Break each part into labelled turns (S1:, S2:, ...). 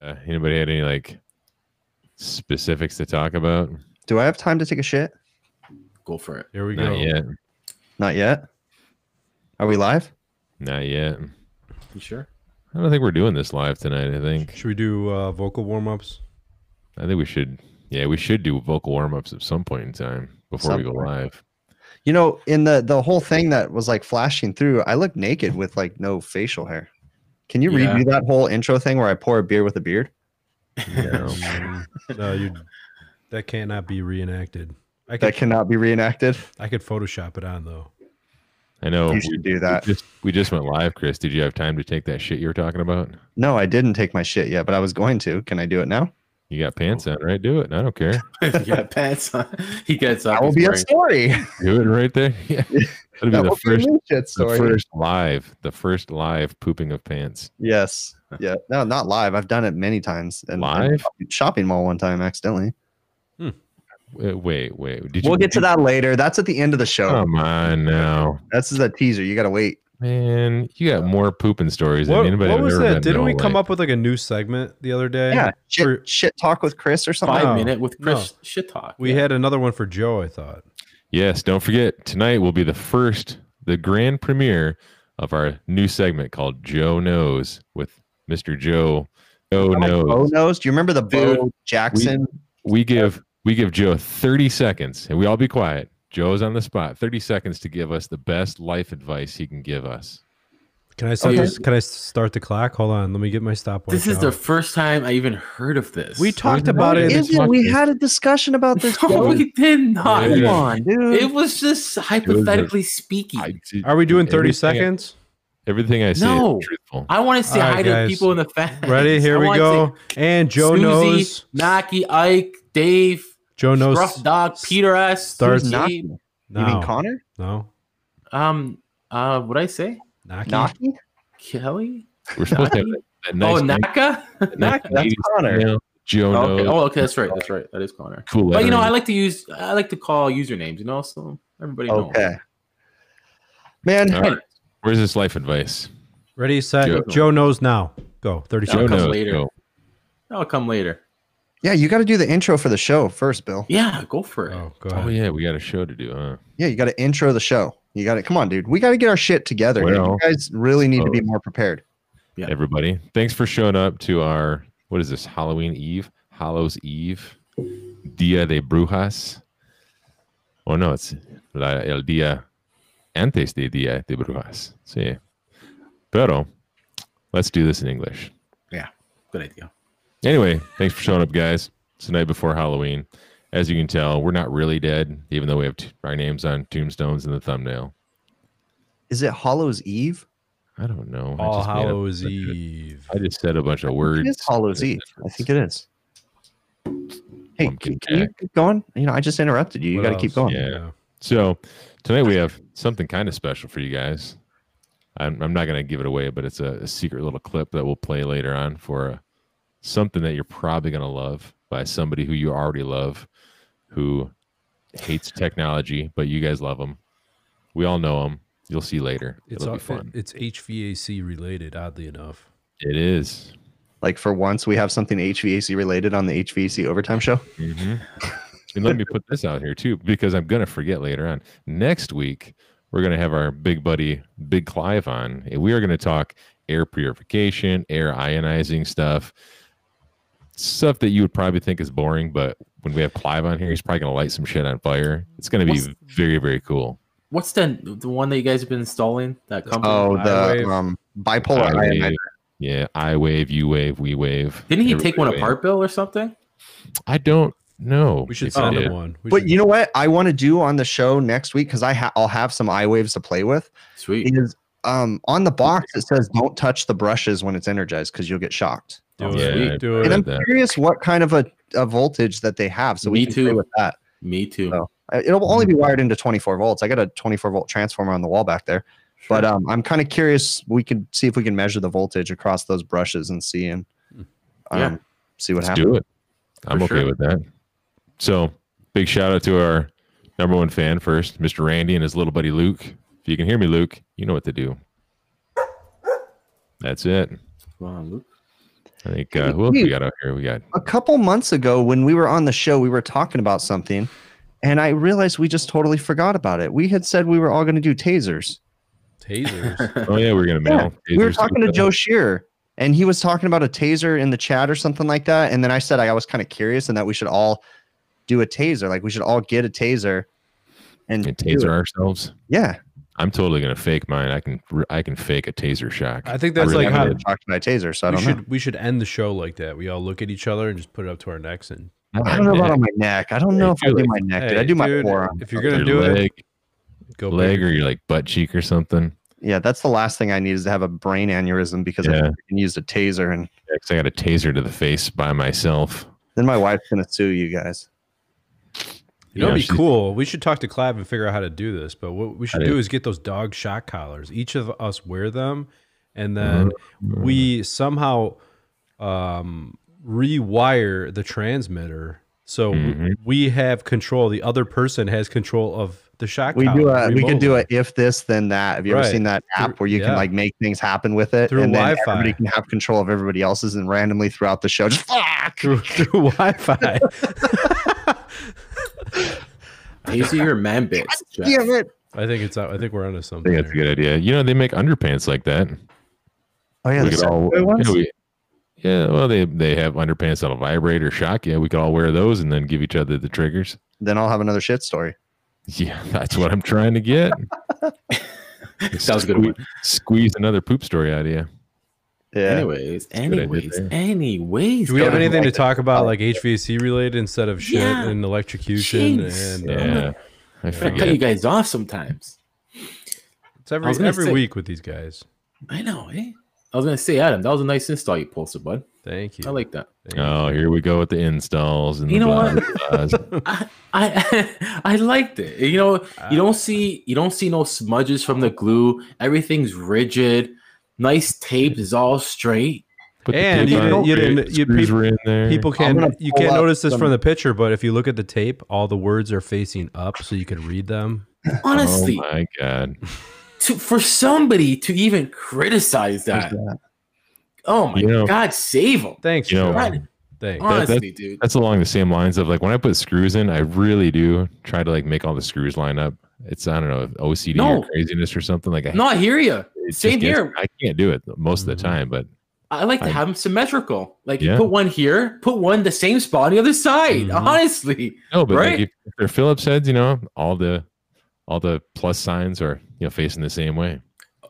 S1: Uh, anybody had any like specifics to talk about?
S2: Do I have time to take a shit?
S3: Go for it.
S4: Here we
S1: Not
S4: go.
S1: yet.
S2: Not yet. Are we live?
S1: Not yet.
S3: You sure?
S1: I don't think we're doing this live tonight. I think
S4: Should we do uh, vocal warm ups?
S1: I think we should. Yeah, we should do vocal warm ups at some point in time before we go
S2: Some point.
S1: live.
S2: You know, in the the whole thing that was like flashing through, I looked naked with like no facial hair. Can you
S3: Yeah.
S2: redo that whole intro thing where I pour a beer with a beard?
S1: No.
S4: no, you. That cannot be reenacted. I could
S2: That cannot be reenacted.
S4: I could Photoshop it on though.
S1: I know.
S2: You
S1: Oh, We,
S2: should do that.
S1: we just, we just went live, Chris. Did you have time to take that shit you were talking about?
S2: No, I didn't take my shit yet, but I was going to. Can I do it now?
S1: You got pants on, right? Do it. I don't care.
S3: If you got pants on. He gets up.
S2: That will
S3: he's
S2: be a
S3: wearing-
S2: story.
S1: Do it right there. Yeah. That'll be
S2: That
S1: the
S2: will
S1: first,
S2: be a new shit
S1: the
S2: story.
S1: first live, the first live pooping of pants.
S2: Yes. Yeah. No, not live. I've done it many times. And and
S1: Live?
S2: shopping mall one time accidentally.
S1: Wait, wait. wait. Did you
S2: We'll
S1: Oh.
S2: get to that later. That's at the end of the show.
S1: Come on now,
S2: That's is a teaser. You gotta wait.
S1: man! You got more pooping stories
S4: What,
S1: than anybody.
S4: what
S1: I've
S4: was
S1: ever
S4: that?
S1: met in
S4: Didn't
S1: my
S4: we
S1: whole
S4: come
S1: life.
S4: up with like a new segment the other day?
S2: Yeah. Shit,
S4: for-
S2: shit talk with Chris or something.
S3: Five
S4: No.
S3: minute with Chris shit talk.
S4: We
S3: Yeah.
S4: had another one for Joe. I thought.
S1: Yes, don't forget tonight will be the first, the grand premiere of our new segment called Joe Knows with Mr. Joe. Joe
S2: Bo
S1: knows.
S2: knows. Do you remember the Bo Jackson?
S1: We give we give Joe thirty seconds, and we all be quiet. Joe's on the spot. Thirty seconds to give us the best life advice he can give us.
S4: Can I start?
S3: Okay.
S4: This, can I start the clock? Hold on. Let me get my stopwatch.
S3: This is
S4: out.
S3: the first time I even heard of this.
S4: We talked
S1: Wasn't
S4: about
S1: it?
S4: it.
S1: Is
S4: in
S2: Is
S4: the-
S2: it?
S1: talk-
S2: We had a discussion about this.
S3: No,
S2: Joe.
S3: we did not.
S1: Yeah.
S2: Come on, dude.
S3: It was just hypothetically speaking.
S1: I-
S3: I,
S4: Are we doing thirty
S1: everything I-
S4: seconds?
S1: Everything I say
S3: No.
S1: is truthful.
S3: want to say
S4: All right,
S3: hi to
S4: guys.
S3: people in the fans.
S4: Ready? Here
S3: I
S4: we
S3: wanna
S4: go. And
S3: say
S4: Joe
S3: Susie,
S4: knows.
S3: Naki, Ike, Dave,
S4: Joe knows.
S3: Rough Dog, Peter S.
S4: Starts-
S3: Susie,
S2: Naki. You
S4: No.
S2: mean Connor?
S4: No.
S3: um, uh, what I say?
S4: Naki.
S2: Naki?
S3: Kelly?
S1: We're supposed to have that, that nice
S3: oh, Naka?
S1: nice
S2: Naka, that's
S1: 80s
S2: Connor.
S1: email. Joe
S3: Oh, okay.
S1: knows.
S3: oh, okay. That's right. That's right. That is Connor.
S1: Cool.
S3: But you know,
S1: lettering.
S3: I like to use, I like to call usernames. You know, so everybody knows.
S2: Okay. Man,
S1: All right. Where's this life advice?
S4: Ready, set.
S1: Joe.
S4: Joe, knows now. Go. 30
S3: That'll
S1: Joe
S4: seconds.
S3: come
S1: knows.
S3: later.
S1: Joe.
S3: That'll come later.
S2: yeah, you got to do the intro for the show first, Bill.
S3: Yeah, go for it.
S4: Oh, go
S1: Oh
S4: ahead.
S1: yeah, we got a show to do, huh?
S2: Yeah, you got to intro the show. You got to come on, dude. We got to get our shit together. dude.
S1: Well,
S2: you guys really need to be
S1: oh.
S2: more prepared.
S3: Yeah.
S1: Everybody, thanks for showing up to our what is this Halloween Eve, Hallows Eve, Dia de Brujas. Oh no, it's la, el día antes de Dia de Brujas. Sí. Pero let's do this in English.
S3: Good idea.
S1: Anyway, thanks for showing up, guys. It's the night before Halloween. As you can tell, we're not really dead, even though we have t- our names on tombstones in the thumbnail.
S2: Is it Hollow's Eve?
S1: I don't know. I
S4: All
S1: just made up
S4: Hallows
S1: a bunch of-
S4: Eve.
S1: I just said a bunch of
S2: It
S1: words.
S2: is Hollow's Eve. I think it is. Hey,
S1: Pumpkin
S2: can, can you
S1: Jack.
S2: keep going? You know, I just interrupted you. You
S4: What
S2: got to keep
S4: else?
S2: going.
S1: Yeah. So tonight we have something kind of special for you guys. I'm, I'm not going to give it away, but it's a, a secret little clip that we'll play later on for uh something that you're probably going to love by somebody who you already love, who hates technology, but you guys love him. We all know him. You'll see later.
S4: It's,
S1: It'll
S4: all,
S1: be fun.
S4: it's HVAC related, oddly enough.
S1: It is.
S2: Like for once, we have something HVAC related on the HVAC overtime show.
S1: Mhm. and let me put this out here too, because I'm gonna forget later on. Next week, we're gonna have our big buddy Big Clive on, and we are gonna talk air purification, air ionizing stuff, stuff that you would probably think is boring, but when we have Clive on here, he's probably gonna light some shit on fire. It's gonna be
S3: What's-
S1: very, very cool.
S3: What's the the one that you guys have been installing? That company?
S2: Oh,
S4: I-wave.
S2: the um, bipolar
S1: I
S2: ionizer.
S1: wave, yeah, I wave, you wave, we wave.
S3: Didn't he
S1: Everybody
S3: take one
S1: wave.
S3: apart, Bill, or something?
S1: I don't know.
S4: We should
S1: if he
S4: send
S1: did.
S4: him one. We
S2: But
S4: should-
S2: you know what I want to do on the show next week because I ha- I'll have some eye waves to play with
S3: Sweet.
S2: is um on the box it says don't touch the brushes when it's energized because you'll get shocked.
S4: do
S3: Yeah,
S4: it.
S3: I
S4: do
S2: And
S4: it.
S2: I'm
S1: that.
S2: curious what kind of a, a voltage that they have so we
S3: Me
S2: can play
S3: too.
S2: with that.
S3: Me too.
S2: Oh, Uh, It'll
S1: Mm-hmm.
S2: only be wired into 24 volts. I got a 24 volt transformer on the wall back there, but um, I'm kind of curious. We could see if we can measure the voltage across those brushes and see and um,
S3: Yeah.
S2: see what
S1: Hmm. Let's
S2: happens.
S1: do it. I'm
S3: For
S1: okay
S3: sure.
S1: with that. So big shout out to our number one fan first, Mr. Randy and his little buddy Luke. If you can hear me, Luke, you know what to do. That's it.
S3: Come on, Luke.
S1: I think uh, who else we got out here? We got
S2: a couple months ago when we were on the show, we were talking about something, and I realized we just totally forgot about it. We had said we were all going to do tasers.
S4: Tasers.
S1: oh yeah, we are gonna mail.
S2: we were
S1: tasers
S2: talking to
S1: each
S2: Joe
S1: other.
S2: Shearer, and he was talking about a taser in the chat or something like that. And then I said I was kind of curious and that we should all do a taser, like we should all get a taser and,
S1: and
S2: do
S1: taser
S2: it.
S1: ourselves.
S2: Yeah,
S1: I'm totally gonna fake mine. I can I can fake a taser shock.
S4: I think that's
S1: really
S4: like
S2: I
S4: how
S2: haven't talked about taser, so I
S4: we
S2: don't
S4: should
S2: know.
S4: we should end the show like that. We all look at each other and just put it up to our necks and
S2: I don't know about on my neck. I don't know if I
S1: do
S2: do
S1: it.
S2: my neck. Did I
S4: Hey,
S2: do my
S4: dude,
S2: forearm?
S4: If you're
S1: your
S4: gonna do it,
S1: leg,
S4: go
S1: leg
S4: big.
S1: or your like butt cheek or something.
S2: Yeah, that's the last thing I need is to have a brain aneurysm because
S1: Yeah.
S2: I can use a taser, and
S1: Yeah, 'cause I got a taser to the face by myself.
S2: then my wife's gonna sue you guys.
S4: You know,
S1: Yeah,
S4: it'd
S1: she's-
S4: be cool. We should talk to Clive and figure out how to do this. But what we should
S1: How
S4: do
S1: to-
S4: is get those dog shock collars. Each of us wear them, and then we somehow um, rewire the transmitter so
S2: Mm-hmm.
S1: Mhm.
S4: we have control. The other person has control of the shock.
S2: We do
S4: collar
S2: a we could do a
S4: remotely.
S2: if this then that. Have you ever
S4: Right.
S2: seen that app
S4: Through-
S2: where you can
S4: yeah.
S2: like make things happen with it,
S4: Through
S2: and then
S4: Wi-Fi.
S2: everybody can have control of everybody else's, and randomly throughout the show, just fuck.
S4: through, through Wi-Fi.
S3: Taser your man bits. Jeff.
S2: Damn it!
S4: I think it's. I think we're onto something.
S1: I think that's a
S4: there.
S1: good idea. You know, they make underpants like that.
S2: Oh yeah,
S1: we
S2: the
S1: could all,
S2: Subway ones?
S1: yeah, we- yeah, well, they they have underpants that'll vibrate or shock you. We could all wear those and then give each other the triggers.
S2: then I'll have another shit story.
S1: Yeah, that's what I'm trying to get.
S3: That was a good one.
S1: Squeeze another poop story out of you.
S2: Yeah.
S3: Anyways,
S1: idea
S3: anyways,
S1: there.
S3: anyways.
S4: Do we have
S2: Yeah.
S3: guys.
S4: anything to
S2: Like-
S4: talk about, like HVAC related, instead of shit
S3: Oh. Yeah.
S4: and electrocution?
S3: Jeez.
S4: And uh,
S1: Yeah, I
S3: I cut you
S1: forget.
S3: guys off sometimes.
S4: it's every
S3: I was gonna
S4: every
S3: say-
S4: week with these guys.
S3: I know, eh? I was gonna say, Adam, that was a nice install you posted, bud.
S4: Thank you.
S3: I like that.
S4: Thank you.
S2: Uh,
S1: Oh, here we go with the installs and
S3: You
S1: the
S3: know
S1: blah, blah, blahs.
S3: I I I liked it. You know, you don't see you don't see no smudges from the glue. Everything's rigid. Nice tape is all straight.
S1: Put the
S4: And
S1: tape
S4: you
S1: on
S4: didn't-
S1: it,
S4: you
S1: great.
S4: didn't- you-
S1: Screws
S4: peop-
S1: were in there.
S4: People
S2: I'm
S4: can
S2: gonna
S4: you
S2: pull
S4: can't
S2: up
S4: notice this
S2: some-
S4: from the picture, but if you look at the tape, all the words are facing up, so you can read them.
S1: Oh
S3: Honestly,
S1: my god!
S3: to, for somebody to even criticize that, oh my
S1: You know-
S3: god, save them.
S4: Thanks,
S1: You know-
S4: Joe. Thanks.
S1: that-
S3: Honestly, dude.
S1: That's along the same lines of like when I put screws in, I really do try to like make all the screws line up. It's I don't know OCD
S3: No.
S1: or craziness or something like. I
S3: No, I hear you.
S1: it just
S3: Same
S1: gets-
S3: here.
S1: I can't do it most of
S4: Mhm.
S1: the time, but
S3: I like to
S1: I-
S3: have them symmetrical. Like
S1: Yeah. Mm-hmm.
S3: you put one here, put one the same spot on the other side.
S4: Mhm.
S3: Honestly,
S1: no. But
S3: Right.
S1: like if, if they're Phillips heads, you know, all the all the plus signs are you know facing the same way.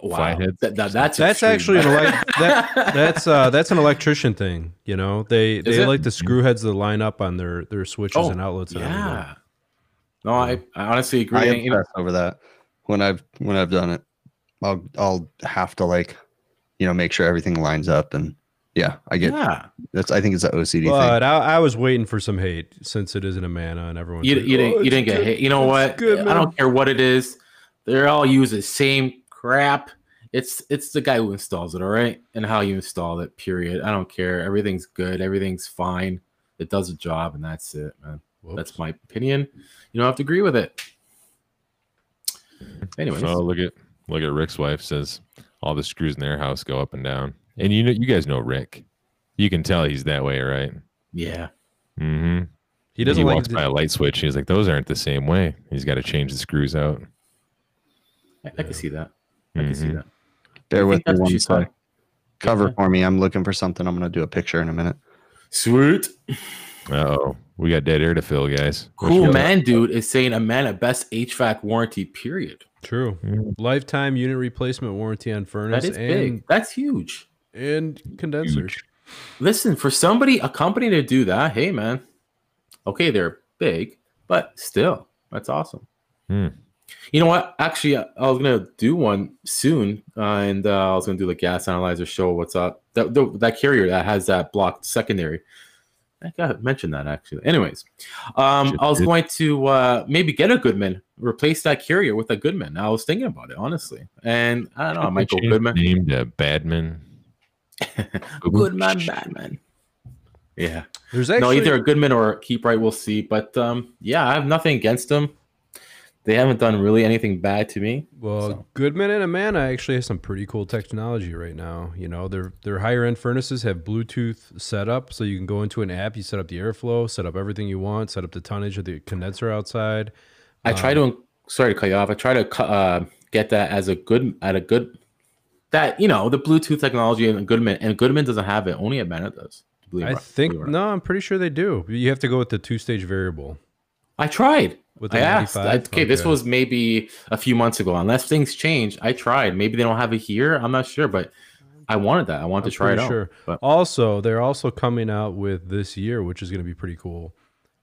S3: wow.
S1: Flatheads.
S3: That, that- that's
S4: That's
S3: extreme.
S4: actually an elec- that- that's uh that's an electrician thing. You know, they they
S3: it?
S4: like the screw heads to line up on their their switches
S3: Oh,
S4: and outlets. And everything.
S3: yeah. No, I, I honestly agree.
S2: I
S3: And, you know,
S2: obsess over that when I've when I've done it. I'll I'll have to like, you know, make sure everything lines up and yeah, I get
S3: yeah,
S2: that's I think it's an OCD
S4: But I, I was waiting for some hate since it is in Amana and "Oh, everyone.
S3: you, you didn't you didn't get hit. You know what?
S4: good,
S3: I
S4: man.
S3: don't care what it is. They're all use the same crap. It's it's the guy who installs it, all right, and how you install it. Period. I don't care. Everything's good. Everything's fine. It does a job, and that's it, man. That's my opinion. You don't have to agree with it. Anyways,
S1: Oh, look at look at Rick's wife says all the screws in their house go up and down, and you know you guys know Rick. You can tell he's that way, right?
S3: yeah,
S1: Mm-hmm.
S4: He doesn't
S1: he
S4: like.
S1: walks by a light switch. He's like, those aren't the same way. He's got to change the screws out.
S3: I, I can see that. I can see
S1: Mhm.
S3: that.
S2: Bear
S3: I
S2: Mm-hmm. with
S3: think
S2: me
S3: that's what
S2: one
S3: she said.
S2: sec. Cover
S3: Yeah.
S2: for me. I'm looking for something. I'm gonna do a picture in a minute.
S3: Sweet.
S1: Uh oh, we got dead air to fill, guys. What you
S3: Cool
S1: got?
S3: man, dude is saying a man at best HVAC warranty. Period.
S4: True.
S1: Mm.
S4: Lifetime unit replacement warranty on furnace
S3: That is
S4: and
S3: big. That's huge.
S4: and condensers.
S1: Huge.
S3: Listen, for somebody, a company to do that, hey man, okay, they're big, but still, that's awesome.
S1: Hmm.
S3: You know what? Actually, I I was gonna do one soon, uh, and uh, I was gonna do the gas analyzer show. What's up? That the, that carrier that has that blocked secondary. I got mentioned that actually. Anyways, um,
S1: Shit,
S3: I was
S1: dude.
S3: going to uh, maybe get a Goodman, replace that carrier with a Goodman. I was thinking about it honestly, and I don't know. I might go
S1: Change
S3: Goodman.
S1: the Name to Badman.
S3: Goodman, Batman. Yeah.
S4: There's
S3: No,
S4: actually
S3: either a Goodman or a Keep Right, we'll see. But um, yeah, I have nothing against them. They haven't done really anything bad to me.
S4: Well,
S3: So-
S4: Goodman and Amana actually has some pretty cool technology right now. You know, their their higher end furnaces have Bluetooth setup, so you can go into an app, you set up the airflow, set up everything you want, set up the tonnage of the condenser outside.
S3: I
S4: Uh.
S3: try to. Sorry to cut you off. I try to cu- uh, get that as a good at a good that you know the Bluetooth technology and Goodman and Goodman doesn't have it. Only Amana does. Believe it
S4: I
S3: or-
S4: think
S3: believe it or not.
S4: no, I'm pretty sure they do. You have to go with the two stage variable.
S3: I tried.
S4: With
S3: I
S4: the
S3: asked. I,
S4: 95?
S3: okay, this
S4: Okay.
S3: was maybe a few months ago. Unless things change, I tried. Maybe they don't have it here. I'm not sure, but I wanted that. I wanted to try it
S4: pretty
S3: out.
S4: sure.
S3: but-
S4: Also, they're also coming out with this year, which is going to be pretty cool.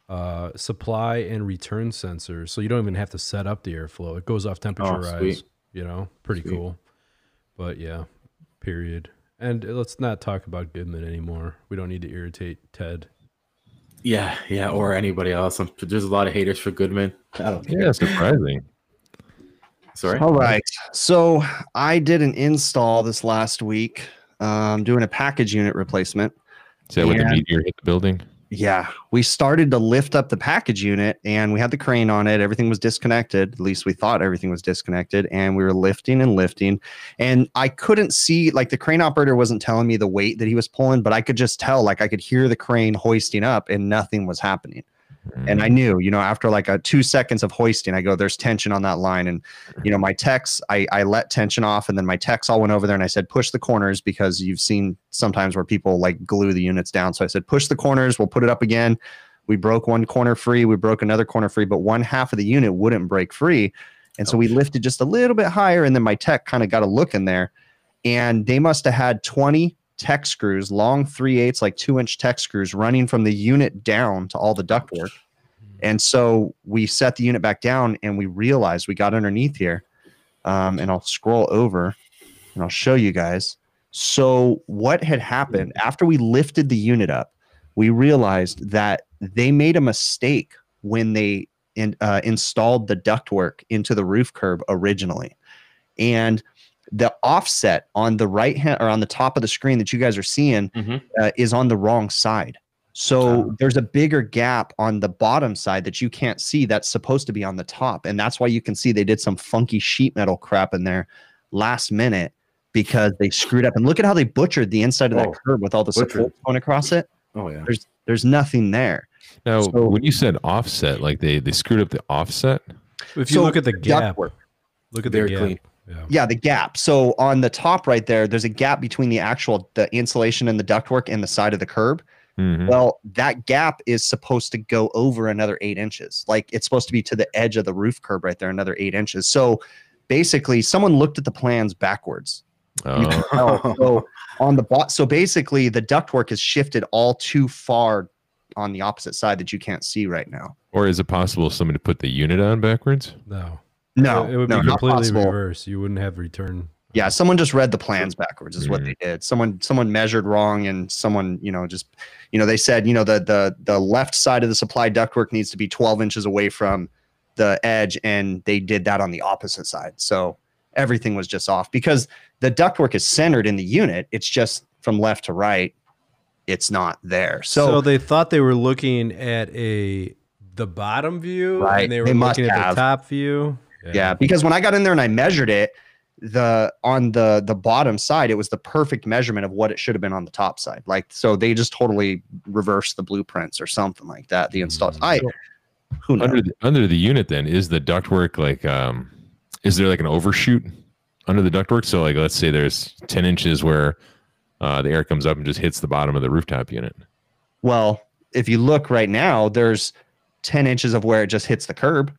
S4: Uh, supply and return sensors, so you don't even have to set up the airflow; it goes off temperature
S3: Oh, sweet.
S4: rise. You know, pretty
S3: Sweet.
S4: cool. But yeah, period. And let's not talk about Goodman anymore. We don't need to irritate Ted.
S3: Yeah, yeah, or anybody else. I'm, there's a lot of haters for Goodman. I don't care.
S1: Yeah, surprising.
S3: Sorry.
S2: All right. So I did an install this last week, um, doing a package unit replacement.
S1: Is that when the
S2: Yeah.
S1: meteor hit the building?
S2: Yeah, we started to lift up the package unit and we had the crane on it. Everything was disconnected. At least we thought everything was disconnected. And we were lifting and lifting. And I couldn't see, like, the crane operator wasn't telling me the weight that he was pulling, but I could just tell, like, I could hear the crane hoisting up and nothing was happening. And
S1: Mm.
S2: I knew, you know, after like a two seconds of hoisting, I go, there's tension on that line. And, you know, my techs, I, I let tension off and then my techs all went over there and I said, push the corners because you've seen sometimes where people like glue the units down. So I said, push the corners. We'll put it up again. We broke one corner free. We broke another corner free, but one half of the unit wouldn't break free. And so we lifted just a little bit higher. And then my tech kind of got a look in there and they must have had 20 tech screws, long three eighths, like two inch tech screws running from the unit down to all the ductwork. And so we set the unit back down and we realized we got underneath here. Um, and I'll scroll over and I'll show you guys. So, what had happened after we lifted the unit up, we realized that they made a mistake when they in, uh, installed the ductwork into the roof curb originally. And the offset on the right hand or on the top of the screen that you guys are seeing
S3: Mhm.
S2: uh, is on the wrong side. So there's a bigger gap on the bottom side that you can't see that's supposed to be on the top. And that's why you can see they did some funky sheet metal crap in there last minute because they screwed up. And look at how they butchered the inside of that
S3: Oh,
S2: curb with all the
S3: butchered.
S2: supports going across it.
S3: Oh yeah.
S2: There's there's nothing there.
S1: Now,
S2: So-
S1: when you said offset, like they they screwed up the offset.
S4: If you
S2: So
S4: look at the gap,
S2: ductwork.
S4: look at the
S3: Very
S4: gap.
S3: clean.
S4: Yeah.
S2: Yeah, the gap. So on the top right there, there's a gap between the actual the insulation and the ductwork and the side of the curb.
S4: Mm-hmm.
S1: Mhm.
S2: Well, that gap is supposed to go over another eight inches. Like it's supposed to be to the edge of the roof curb right there, another eight inches. So basically, someone looked at the plans backwards. You
S1: Oh,
S2: can tell. so on the bot, so basically, the ductwork is shifted all too far on the opposite side that you can't see right now.
S1: or is it possible somebody put the unit on backwards?
S4: No.
S2: No,
S4: It would
S2: no,
S4: be
S2: not
S4: completely
S2: possible.
S4: reverse. You wouldn't have return.
S2: Yeah, someone just read the plans backwards is what they did. Someone someone measured wrong and someone, you know, just you know, they said, you know, the the the left side of the supply ductwork needs to be 12 inches away from the edge and they did that on the opposite side. So everything was just off because the ductwork is centered in the unit. It's just from left to right. It's not there.
S4: So,
S2: So,
S4: they thought they were looking at a the bottom view,
S2: Right,
S4: And they were
S2: they must
S4: looking at
S2: have.
S4: the top view.
S2: yeah, because when I got in there and I measured it, the on the the bottom side it was the perfect measurement of what it should have been on the top side like so they just totally reversed the blueprints or something like that the installs i who knows
S1: Under the, under the unit, then is the ductwork like? Um, is there like an overshoot under the ductwork? So, like, let's say there's ten inches where uh, the air comes up and just hits the bottom of the rooftop unit.
S2: well if you look right now there's 10 inches of where it just hits the curb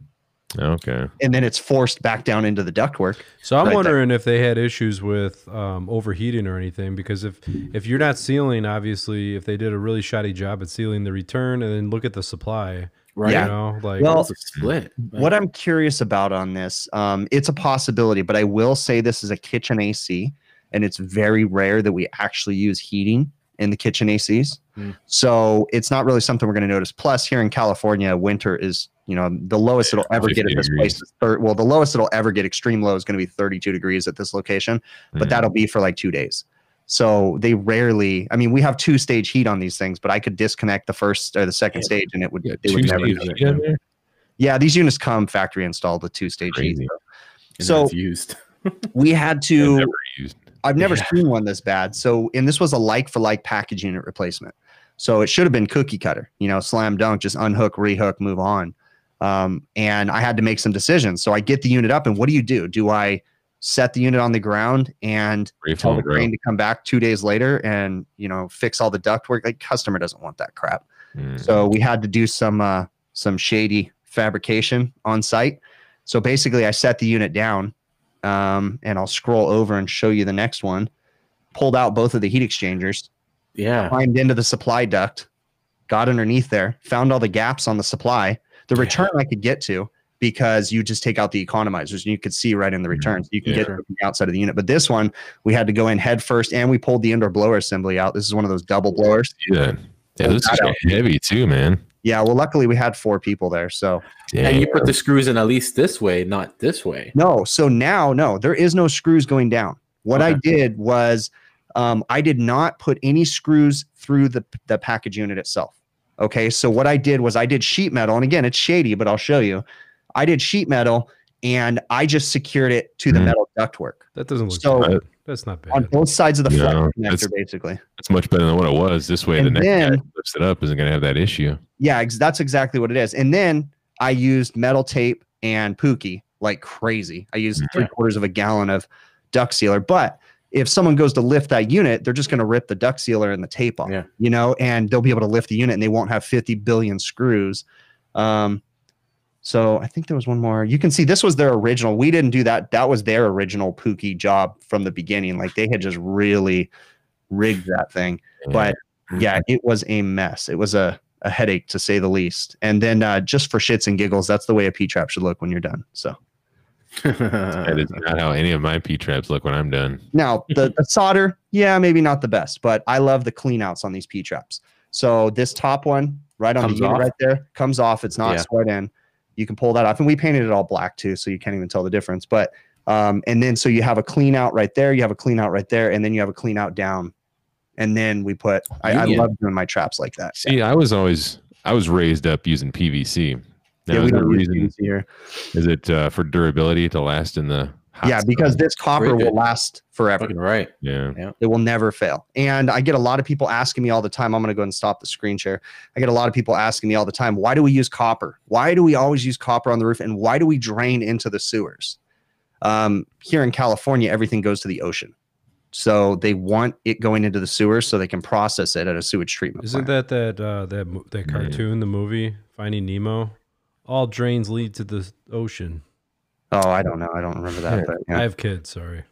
S1: Okay,
S2: and then it's forced back down into the ductwork
S4: So I'm
S2: Right there.
S4: wondering if they had issues with um, overheating or anything, because if if you're not sealing, obviously, if they did a really shoddy job at sealing the return, and then look at the supply,
S3: Right.
S4: you
S2: Yeah.
S4: know, like
S2: Well,
S3: It's a split.
S2: what i'm curious about on this um, it's a possibility but i will say this is a kitchen ac and it's very rare that we actually use heating in the kitchen acs
S1: Hmm.
S3: Mm.
S2: so it's not really something we're going to notice plus here in california winter is you know the lowest it'll ever get at
S1: 50
S2: this place is thir- well the lowest it'll ever get extreme low is going to be 32 degrees at this location but
S1: Mm.
S2: that'll be for like two days so they rarely i mean we have two stage heat on these things but i could disconnect the first or the second stage and it would,
S1: yeah,
S2: it would
S1: two
S2: never
S1: stage
S2: notice.
S1: heat on there?
S2: Yeah, these units come factory installed with two stage heat.
S1: Crazy.
S3: And
S2: So-
S3: that's used.
S2: We had
S1: I've
S2: to
S1: never used.
S2: I've never
S3: Yeah.
S2: seen one this bad. So, and this was a like for like package unit replacement. So it should have been cookie cutter, you know, slam dunk, just unhook, rehook, move on. Um, and I had to make some decisions. So I get the unit up, and what do you do? Do I set the unit on the ground and
S1: Rafe
S2: tell
S1: on
S2: the
S1: the
S2: crane
S1: ground.
S2: to come back two days later and you know fix all the ductwork? Like customer doesn't want that crap.
S1: Mm.
S2: So we had to do some uh, some shady fabrication on site. So basically, I set the unit down, um, and I'll scroll over and show you the next one. Pulled out both of the heat exchangers,
S3: Yeah.
S2: climbed into the supply duct, got underneath there, found all the gaps on the supply. The
S3: Yeah.
S2: return I could get to because you just take out the economizers and you could see right in the return. So you can
S1: Yeah.
S2: get to it from the outside of the unit. But this one, we had to go in head first and we pulled the indoor blower assembly out. This is one of those double blowers.
S1: yeah. yeah, this is
S2: Got out.
S1: heavy too, man.
S2: Yeah. Well, luckily we had four people there. So
S3: And you
S1: Damn.
S3: put the screws in at least this way, not this way.
S2: No, so now no, there is no screws going down. What I
S3: Okay.
S2: did was um, I did not put any screws through the the package unit itself. Okay, so what I did was I did sheet metal, and again, it's shady, but I'll show you. I did sheet metal, and I just secured it to the
S1: Mm.
S2: metal ductwork
S4: That doesn't look
S2: So-
S4: bad. That's not
S2: on
S4: bad.
S2: both sides of the flex
S1: Yeah, that's-
S2: connector, basically.
S1: That's much better than what it was. This way, the
S2: And
S1: next guy
S2: then-
S1: who lifts it up isn't going to have that issue.
S2: Yeah, ex- that's exactly what it is. And then I used metal tape and Pookie like crazy. I used
S1: Mhm.
S2: three quarters of a gallon of duct sealer. But if someone goes to lift that unit, they're just going to rip the duct sealer and the tape off,
S3: Yeah.
S2: you know, and they'll be able to lift the unit and they won't have 50 billion screws. Um, so I think there was one more. You can see this was their original. We didn't do that. That was their original Pookie job from the beginning. Like they had just really rigged that thing but yeah, it was a mess. It was a, a headache to say the least. And then uh, just for shits and giggles, that's the way a P trap should look when you're done. So
S1: that is not how any of my P traps look when I'm done.
S2: now the, the solder, yeah, maybe not the best, but I love the clean outs on these P traps. So this top one right on
S3: Comes
S2: the unit
S3: off?
S2: right there comes off. It's not
S3: Yeah.
S2: sweat in. You can pull that off. And we painted it all black too, so you can't even tell the difference. But um, and then so you have a clean out right there, you have a clean out right there, and then you have a clean out down. And then we put I, I
S3: Union.
S2: love doing my traps like that.
S1: See, I was always I was raised up using PVC. Now,
S2: yeah,
S1: is
S2: we
S1: there a
S2: don't use
S1: reason?
S2: these here.
S1: Is it uh, for durability to last in the? hot
S2: yeah, because
S1: sun?
S2: this copper
S3: Very
S2: will
S3: good.
S2: last forever.
S3: Fucking right.
S1: yeah,
S2: It will never fail. And I get a lot of people asking me all the time. I'm going to go ahead and stop the screen share. I get a lot of people asking me all the time, why do we use copper? Why do we always use copper on the roof? And why do we drain into the sewers? Um, here in California, everything goes to the ocean. So they want it going into the sewers so they can process it at a sewage treatment.
S4: Isn't
S2: plant.
S4: that that uh, that mo- that
S1: Yeah.
S4: cartoon, the movie Finding Nemo? All drains lead to the ocean.
S2: Oh, I don't know. I don't remember that. But yeah.
S4: I have kids. Sorry.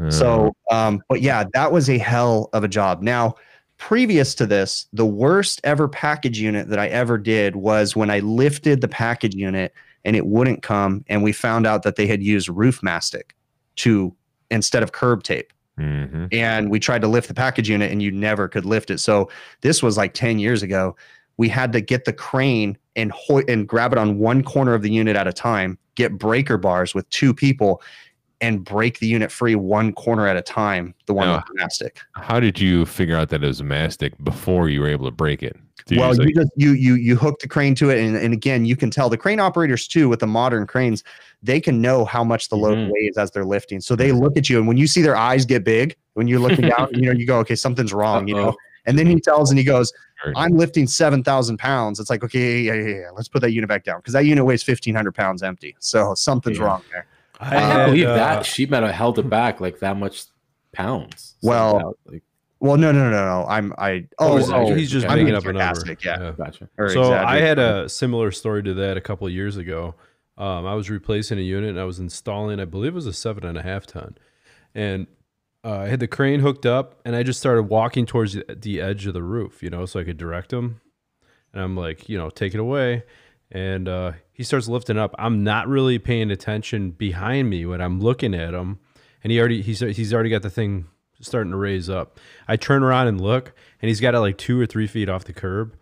S1: Uh,
S2: So, um, but yeah, that was a hell of a job. Now, previous to this, the worst ever package unit that I ever did was when I lifted the package unit and it wouldn't come, and we found out that they had used roof mastic to instead of curb tape.
S1: mhm.
S2: And we tried to lift the package unit and you never could lift it. So this was like 10 years ago. We had to get the crane and ho- and grab it on one corner of the unit at a time, get breaker bars with two people and break the unit free one corner at a time, the one
S1: Yeah.
S2: with plastic.
S1: how did you figure out that it was mastic before you were able to break it? Did
S2: well,
S1: just, like,
S2: you just you you you hook the crane to it, and, and again, you can tell the crane operators too with the modern cranes, they can know how much the load
S1: Mm-hmm.
S3: Mhm.
S2: weighs as they're lifting. So they look at you, and when you see their eyes get big, when you're looking down, you know you go, okay, something's wrong, Oh, you know.
S3: Uh-oh.
S2: And then he tells and he goes,
S1: Right.
S2: I'm lifting seven thousand pounds. It's like, okay, yeah, yeah, yeah, yeah, let's put that unit back down because that unit weighs fifteen hundred pounds empty. So something's
S3: Yeah.
S2: wrong there.
S4: I
S3: I can't
S2: had,
S3: believe
S4: uh,
S3: that sheet metal held it back like that much pounds. So
S2: Well,
S3: that- like,
S2: Well, no, no, no, no. no. I'm I oh,
S3: was that?
S2: oh,
S4: he's just
S3: I'm
S4: making up a number.
S2: sarcastic, yeah.
S3: gotcha.
S2: or
S4: So I
S2: exaggerated.
S4: had a similar story to that a couple of years ago. Um, I was replacing a unit and I was installing, I believe it was a seven and a half ton. And uh, I had the crane hooked up and I just started walking towards the, the edge of the roof, you know, so I could direct him. And I'm like, you know, take it away. And uh, he starts lifting up. I'm not really paying attention behind me when I'm looking at him. And he already, he's, he's already got the thing starting to raise up. I turn around and look and he's got it like two or three feet off the curb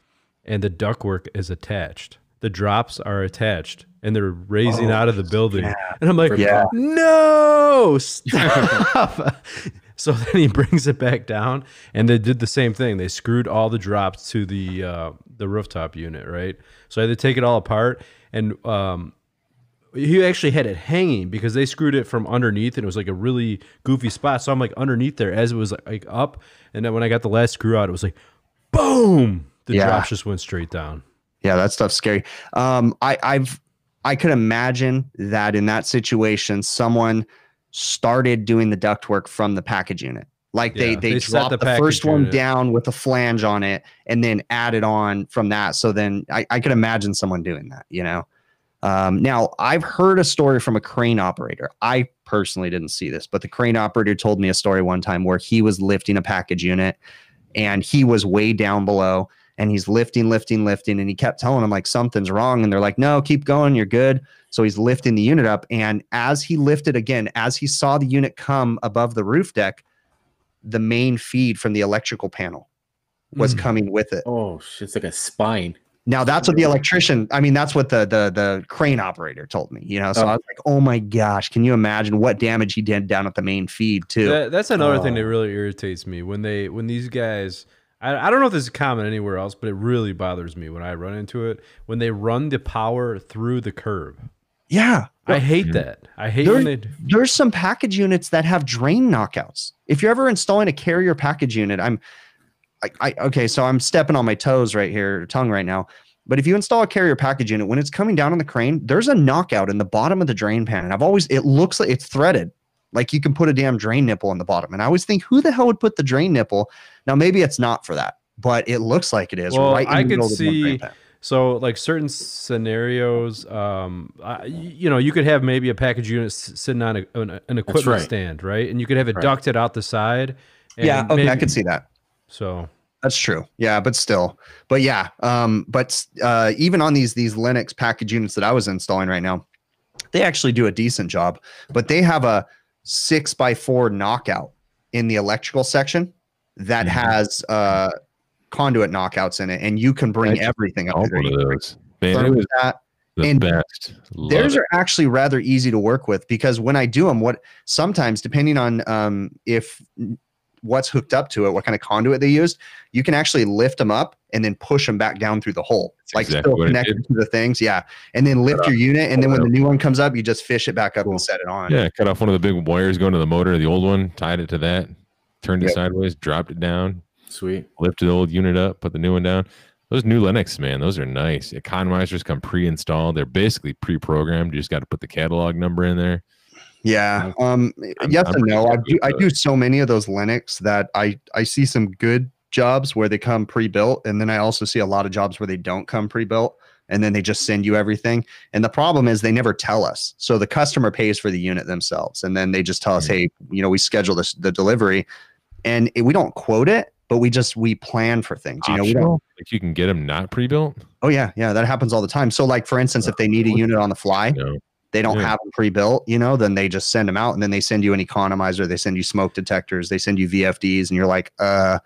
S4: and the ductwork is attached. The drops are attached and they're raising
S2: Oh,
S4: out of the building. And I'm like,
S2: Yeah.
S4: no, stop. So then he brings it back down, and they did the same thing. They screwed all the drops to the uh, the rooftop unit, right? So I had to take it all apart, and um, he actually had it hanging because they screwed it from underneath, and it was like a really goofy spot. So I'm like underneath there as it was like up, and then when I got the last screw out, it was like, boom! The
S2: Yeah.
S4: drops just went straight down.
S2: Yeah, that stuff's scary. Um, I, I've I could imagine that in that situation, someone started doing the ductwork from the package unit. Like they
S4: Yeah,
S2: they,
S4: they set
S2: dropped
S4: the
S2: the, first
S4: package
S2: one
S4: unit.
S2: down with a flange on it and then added on from that. So then I, I could imagine someone doing that, you know. Um, now I've heard a story from a crane operator. I personally didn't see this, but the crane operator told me a story one time where he was lifting a package unit and he was way down below and he's lifting, lifting, lifting. And he kept telling him like something's wrong. And they're like, no, keep going. You're good. So he's lifting the unit up. And as he lifted again, as he saw the unit come above the roof deck, the main feed from the electrical panel was coming with it.
S3: Oh shit, it's like a spine.
S2: Now that's what the electrician, I mean, that's what the the the crane operator told me, you know. So
S3: Oh.
S2: I was like, oh my gosh, can you imagine what damage he did down at the main feed too?
S4: That, that's another thing that
S3: Oh.
S4: really irritates me when they when these guys. I, I don't know if this is common anywhere else, but it really bothers me when I run into it when they run the power through the curb.
S2: yeah.
S4: I hate
S1: Mhm.
S4: that. I
S2: Mm-hmm.
S4: hate
S2: They're-
S4: when they.
S2: there's some package units that have drain knockouts. If you're ever installing a carrier package unit, I'm I, I okay, so I'm stepping on my toes right here, tongue right now. But if you install a carrier package unit, when it's coming down on the crane, there's a knockout in the bottom of the drain pan. And I've always it looks like it's threaded. Like you can put a damn drain nipple on the bottom. And I always think, who the hell would put the drain nipple? Now maybe it's not for that, but it looks like it is
S4: Well,
S2: right in
S4: I
S2: the
S4: could
S2: middle of the
S4: see-
S2: drain pan.
S4: So like certain scenarios, um, I, you know, you could have maybe a package unit s- sitting on a, an, an equipment
S3: right.
S4: stand, right? And you could have it
S3: Right.
S4: ducted out the side. and
S2: Yeah, okay, I
S4: maybe-
S2: could see that.
S4: So
S2: That's true. Yeah, but still, but yeah, um, but uh, even on these these Linux package units that I was installing right now, they actually do a decent job. But they have a six by four knockout in the electrical section that
S1: Mhm.
S2: has uh, conduit knockouts in it, and you can bring
S1: I just
S2: everything up
S1: All
S2: there.
S1: one of
S2: You can
S1: those. Man, it
S2: bring
S1: was
S2: thermostat,
S1: the
S2: And
S1: best. Love
S2: theirs
S1: it.
S2: are actually rather easy to work with because when I do them, what sometimes depending on um, if what's hooked up to it, what kind of conduit they used, you can actually lift them up and then push them back down through the hole,
S1: That's
S2: like
S1: exactly
S2: still
S1: what I
S2: connected to the things. Yeah, and then lift your unit, and then when the new one comes up, you just fish it back up
S3: Cool.
S2: and set it on.
S1: Yeah, cut off one of the big wires going to the motor, the old one, tied it to that, turned it
S2: Yeah.
S1: sideways, dropped it down,
S3: Sweet.
S1: lifted the old unit up, put the new one down. Those new Linux, man, those are nice. Economizers come pre-installed. They're basically pre-programmed. You just got to put the catalog number in there.
S2: Yeah. Um.
S1: I'm-
S2: yes
S1: I'm
S2: and
S1: pretty
S2: no. I
S1: happy
S2: do. I
S1: with
S2: do so many of those Linux that I I see some good jobs where they come pre-built, and then I also see a lot of jobs where they don't come pre-built, and then they just send you everything. And the problem is they never tell us. So the customer pays for the unit themselves, and then they just tell us, hey, you know, we schedule this the delivery, and it, we don't quote it, but we just we plan for things. You know, we don't.
S1: Optional? like you can get them not pre-built.
S2: Oh yeah, yeah, that happens all the time. So like for instance, if they need a unit on the fly,
S1: No,
S2: they don't
S1: Yeah.
S2: have them pre-built, you know, then they just send them out and then they send you an economizer, they send you smoke detectors, they send you VFDs, and you're like, uh,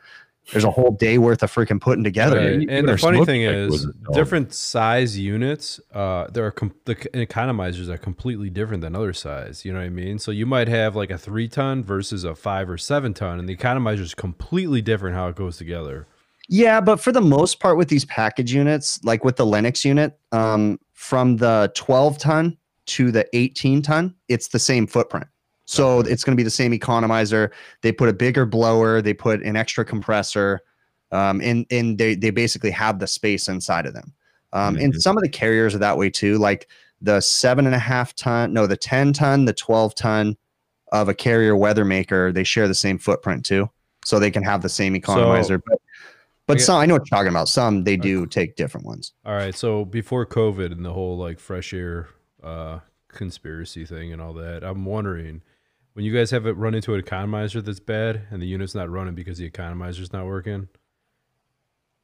S2: there's a whole day worth of freaking putting together.
S1: Yeah,
S4: Right.
S1: you-
S4: and
S1: our
S4: the funny
S1: smoke
S4: thing
S1: detector
S4: is,
S1: wasn't installed.
S4: different size units, uh, there are com- the c- economizers are completely different than other size. You know what I mean? So you might have like a three ton versus a five or seven ton, and the economizer is completely different how it goes together.
S2: Yeah, but for the most part, with these package units, like with the Linux unit, um, from the 12 ton to the 18 ton, it's the same footprint. So it's going to be the same economizer. They put a bigger blower, they put an extra compressor, um, and and they they basically have the space inside of them. Um, And some of the carriers are that way too, like the seven and a half ton, no, the 10 ton, the 12 ton of a carrier weather maker, they share the same footprint too. So they can have the same economizer. but but
S4: Okay.
S2: some, I know what you're talking about. Some they do take different ones.
S4: All right. So before COVID and the whole like fresh air uh, conspiracy thing and all that, I'm wondering when you guys have it run into an economizer that's bad and the unit's not running because the economizer's not working.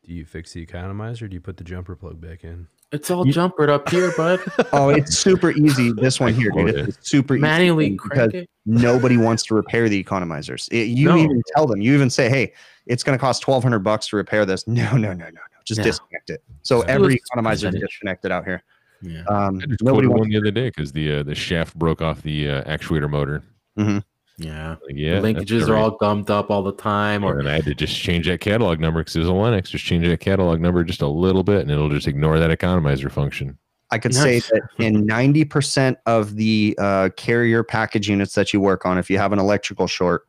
S4: Do you fix the economizer? Or do you put the jumper plug back in?
S3: It's all jumpered up here, bud.
S2: Oh, it's super easy. This one here, dude, it's super easy
S3: Manually
S2: because
S3: crank it.
S2: nobody wants to repair the economizers. It- you
S3: No.
S2: even tell them. You even say, "Hey, it's going to cost twelve hundred bucks to repair this." No, no, no, no, no. Just
S3: No.
S2: disconnect it. So
S4: Yeah.
S2: every
S3: It's
S2: economizer is
S3: percentage.
S2: disconnected out here.
S3: Yeah.
S2: Um,
S1: I just quoted
S2: nobody wants.
S1: one the other day because the uh, the shaft broke off the uh, actuator motor.
S2: Mhm.
S3: Yeah.
S1: Like, yeah,
S3: the
S1: that's
S3: linkages
S1: the reason.
S3: are all gummed up all the time.
S1: Or
S3: Or
S1: then I had to just change that catalog number because it was a Linux. Just change that catalog number just a little bit, and it'll just ignore that economizer function.
S2: I could say
S3: Nice.
S2: that in 90% of the uh, carrier package units that you work on, if you have an electrical short,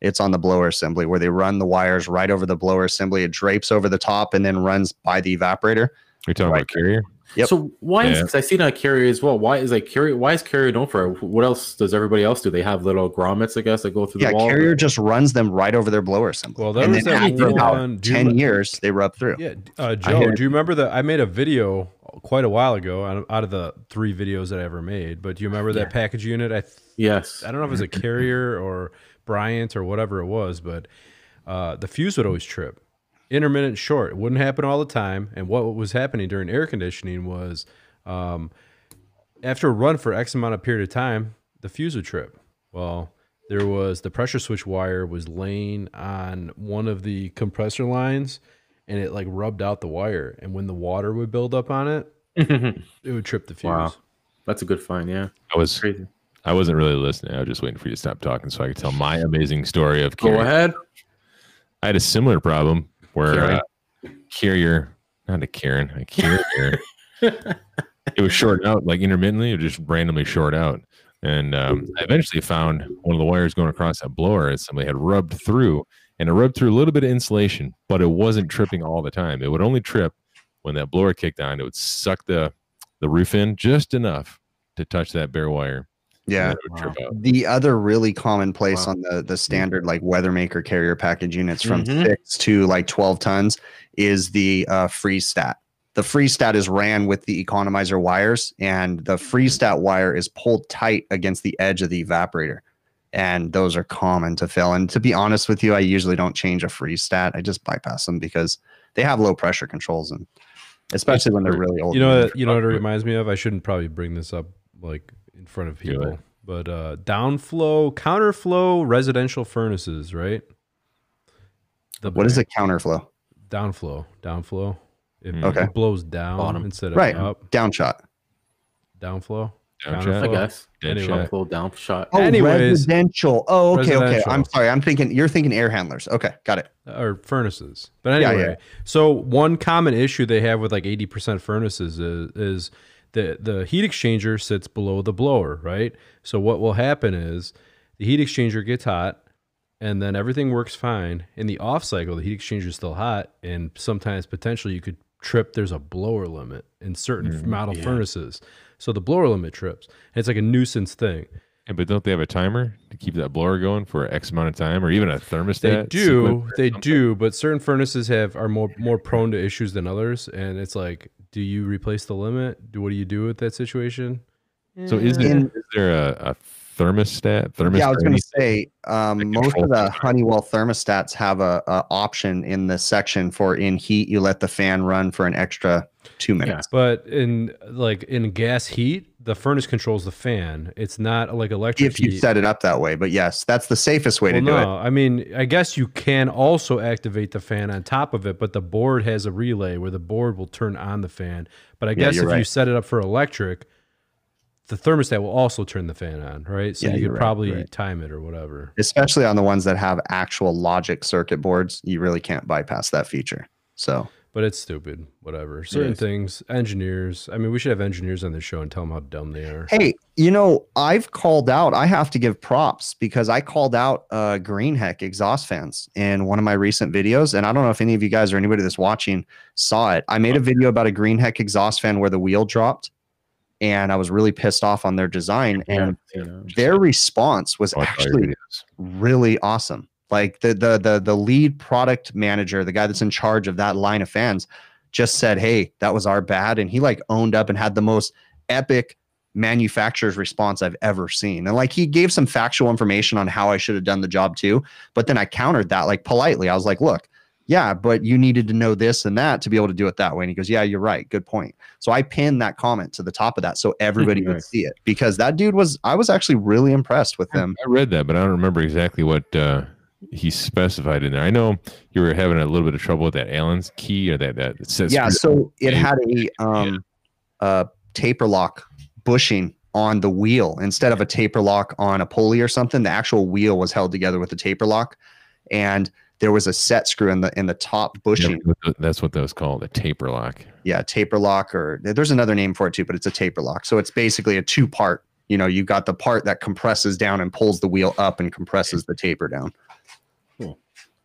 S2: it's on the blower assembly where they run the wires right over the blower assembly. It drapes over the top and then runs by the evaporator.
S1: You're talking
S2: Right.
S1: about carrier.
S2: Yep.
S3: so why is
S1: Yeah.
S3: because I see it on carrier as well. Why is like carrier why is carrier known for it? what else does everybody else do? They have little grommets, I guess, that go through
S2: Yeah,
S3: the wall.
S2: carrier just runs them right over their blower assembly.
S4: Well, that
S2: and
S4: was
S2: then
S4: that
S2: after about
S4: one- do you
S2: 10
S4: re-
S2: years, they rub through.
S4: Yeah, d- uh, Joe,
S2: hear-
S4: do you remember that I made a video quite a while ago out of, out of the three videos that I ever made? But do you remember that package unit? I th-
S3: Yes.
S4: I don't know if it was a carrier or Bryant or whatever it was, but uh, the fuse would always trip. Intermittent short. It wouldn't happen all the time. And what was happening during air conditioning was um, after a run for X amount of period of time, the fuse would trip. Well, there was the pressure switch wire was laying on one of the compressor lines and it like rubbed out the wire. And when the water would build up on it, it would trip the fuse.
S3: Wow. That's a good find, yeah.
S1: I was
S3: Crazy.
S1: I wasn't really listening. I was just waiting for you to stop talking so I could tell my amazing story of
S3: Go
S1: carrier.
S3: ahead.
S1: I had a similar problem where
S3: Karen.
S1: uh, carrier, not a Karen, a carrier. it was short out like intermittently, it would just randomly short out. And um, I eventually found one of the wires going across that blower and somebody had rubbed through and it rubbed through a little bit of insulation, but it wasn't tripping all the time. It would only trip when that blower kicked on. It would suck the, the roof in just enough to touch that bare wire. And
S2: Yeah.
S1: then it would trip out.
S2: the other really common place
S3: Wow.
S2: on the the standard like weathermaker carrier package units from
S3: Mhm.
S2: six to like 12 tons is the uh, free stat the free stat is ran with the economizer wires and the free stat wire is pulled tight against the edge of the evaporator and those are common to fail and to be honest with you i usually don't change a free stat i just bypass them because they have low pressure controls and especially when they're really old
S4: you know,
S2: units.
S4: you know what it reminds me of. I shouldn't probably bring this up like in front of
S1: Do
S4: people, but uh, downflow, counterflow, residential furnaces, right? The
S2: what is a counterflow
S4: downflow? Downflow. It
S1: Mm.
S2: Okay.
S4: blows down
S3: Bottom.
S4: instead of
S2: right
S4: up.
S2: downshot
S4: Downflow.
S1: Down
S4: Counterflow.
S1: shot,
S3: I guess.
S1: dead
S4: anyway.
S1: shot.
S3: Up, little down shot.
S2: Oh,
S4: Anyways,
S2: residential. Oh, okay, okay. I'm
S4: residential.
S2: sorry. I'm thinking you're thinking air handlers. Okay, got it.
S4: or furnaces. But
S2: Yeah,
S4: anyway,
S2: yeah.
S4: so one common issue they have with like 80% furnaces is, is the the heat exchanger sits below the blower, right? So what will happen is the heat exchanger gets hot and then everything works fine. In the off cycle, the heat exchanger is still hot and sometimes potentially you could trip there's a blower limit in certain
S1: Mm,
S4: model
S3: yeah.
S4: furnaces. So the blower limit trips. And it's like a nuisance thing.
S1: Yeah, but don't they have a timer to keep that blower going for X amount of time, or even a thermostat?
S4: They do,
S1: sequence or
S4: they
S1: something?
S4: do, but certain furnaces have are more more prone to issues than others, and it's like, do you replace the limit? Do what do you do with that situation?
S1: So is
S4: Yeah.
S1: there,
S2: In-
S1: is there a, a thermostat? Thermostat?
S2: Mm-hmm. yeah, I was going to
S1: anything?
S2: say
S1: The
S2: um, most
S1: control
S2: of the
S1: system.
S2: Honeywell thermostats have a, a option in the section for in heat. You let the fan run for an extra two minutes.
S4: But in like in gas heat, the furnace controls the fan. It's not like electric
S2: If you
S4: heat.
S2: set it up that way, but yes, that's the safest way to
S4: well,
S2: do
S4: no, I mean, I guess you can also activate the fan on top of it, but the board has a relay where the board will turn on the fan. But I guess
S2: you're
S4: if you
S2: right.
S4: set it up for electric, the thermostat will also turn the fan on, right? So
S2: Yeah,
S4: you
S2: you're
S4: could
S2: right,
S4: probably
S2: right.
S4: time it or whatever.
S2: it, especially on the ones that have actual logic circuit boards. You really can't bypass that feature. So
S4: But it's stupid. Whatever. Certain
S3: is.
S4: things, engineers. I mean, we should have engineers on the show and tell them how dumb they are.
S2: Hey, you know, I've called out, I have to give props because I called out uh, Green Heck exhaust fans in one of my recent videos. And I don't know if any of you guys or anybody that's watching saw it. I made a video about a Green Heck exhaust fan where the wheel dropped, and I was really pissed off on their design. And
S3: You know.
S2: their response was
S1: Oh, I saw your
S2: actually
S1: videos.
S2: really awesome. Like the the the the lead product manager, the guy that's in charge of that line of fans, just said, "Hey, that was our bad," and he like owned up and had the most epic manufacturer's response I've ever seen. And like he gave some factual information on how I should have done the job too, but then I countered that like politely. I was like, "Look, yeah, but you needed to know this and that to be able to do it that way." And he goes, "Yeah, you're right. Good point." So I pinned that comment to the top of that so everybody would
S3: Nice.
S2: see it because that dude was I was actually really impressed with him.
S1: I read that, but I don't remember exactly what uh, he specified in there. I know you were having a little bit of trouble with that Allen's key or that that. that says
S2: yeah so it
S1: Yeah.
S2: had a um uh taper lock bushing on the wheel instead of a taper lock on a pulley or something. The actual wheel was held together with a taper lock, and there was a set screw in the in the top bushing.
S1: Yeah, that's what that was called, a taper lock.
S2: yeah, taper lock or there's another name for it too, but it's a taper lock. So it's basically a two part. You know, you got the part that compresses down and pulls the wheel up and compresses the taper down.
S3: Cool.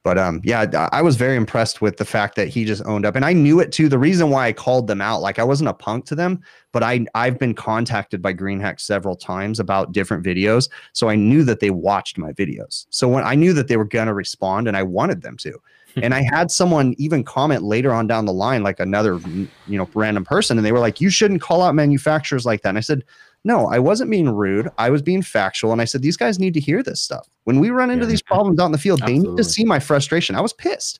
S2: But um, yeah, I- I was very impressed with the fact that he just owned up, and I knew it too. The reason why I called them out, like I wasn't a punk to them, but I I've been contacted by Green Hack several times about different videos, so I knew that they watched my videos. So when I knew that they were gonna respond, and I wanted them to,
S3: Hmm.
S2: and I had someone even comment later on down the line, like another, you know, random person, and they were like, "You shouldn't call out manufacturers like that." And I said, "No, I wasn't being rude. I was being factual." And I said, "These guys need to hear this stuff. When we run into
S3: Yeah.
S2: these problems out in the field, they need to
S3: Absolutely.
S2: see my frustration. I was pissed.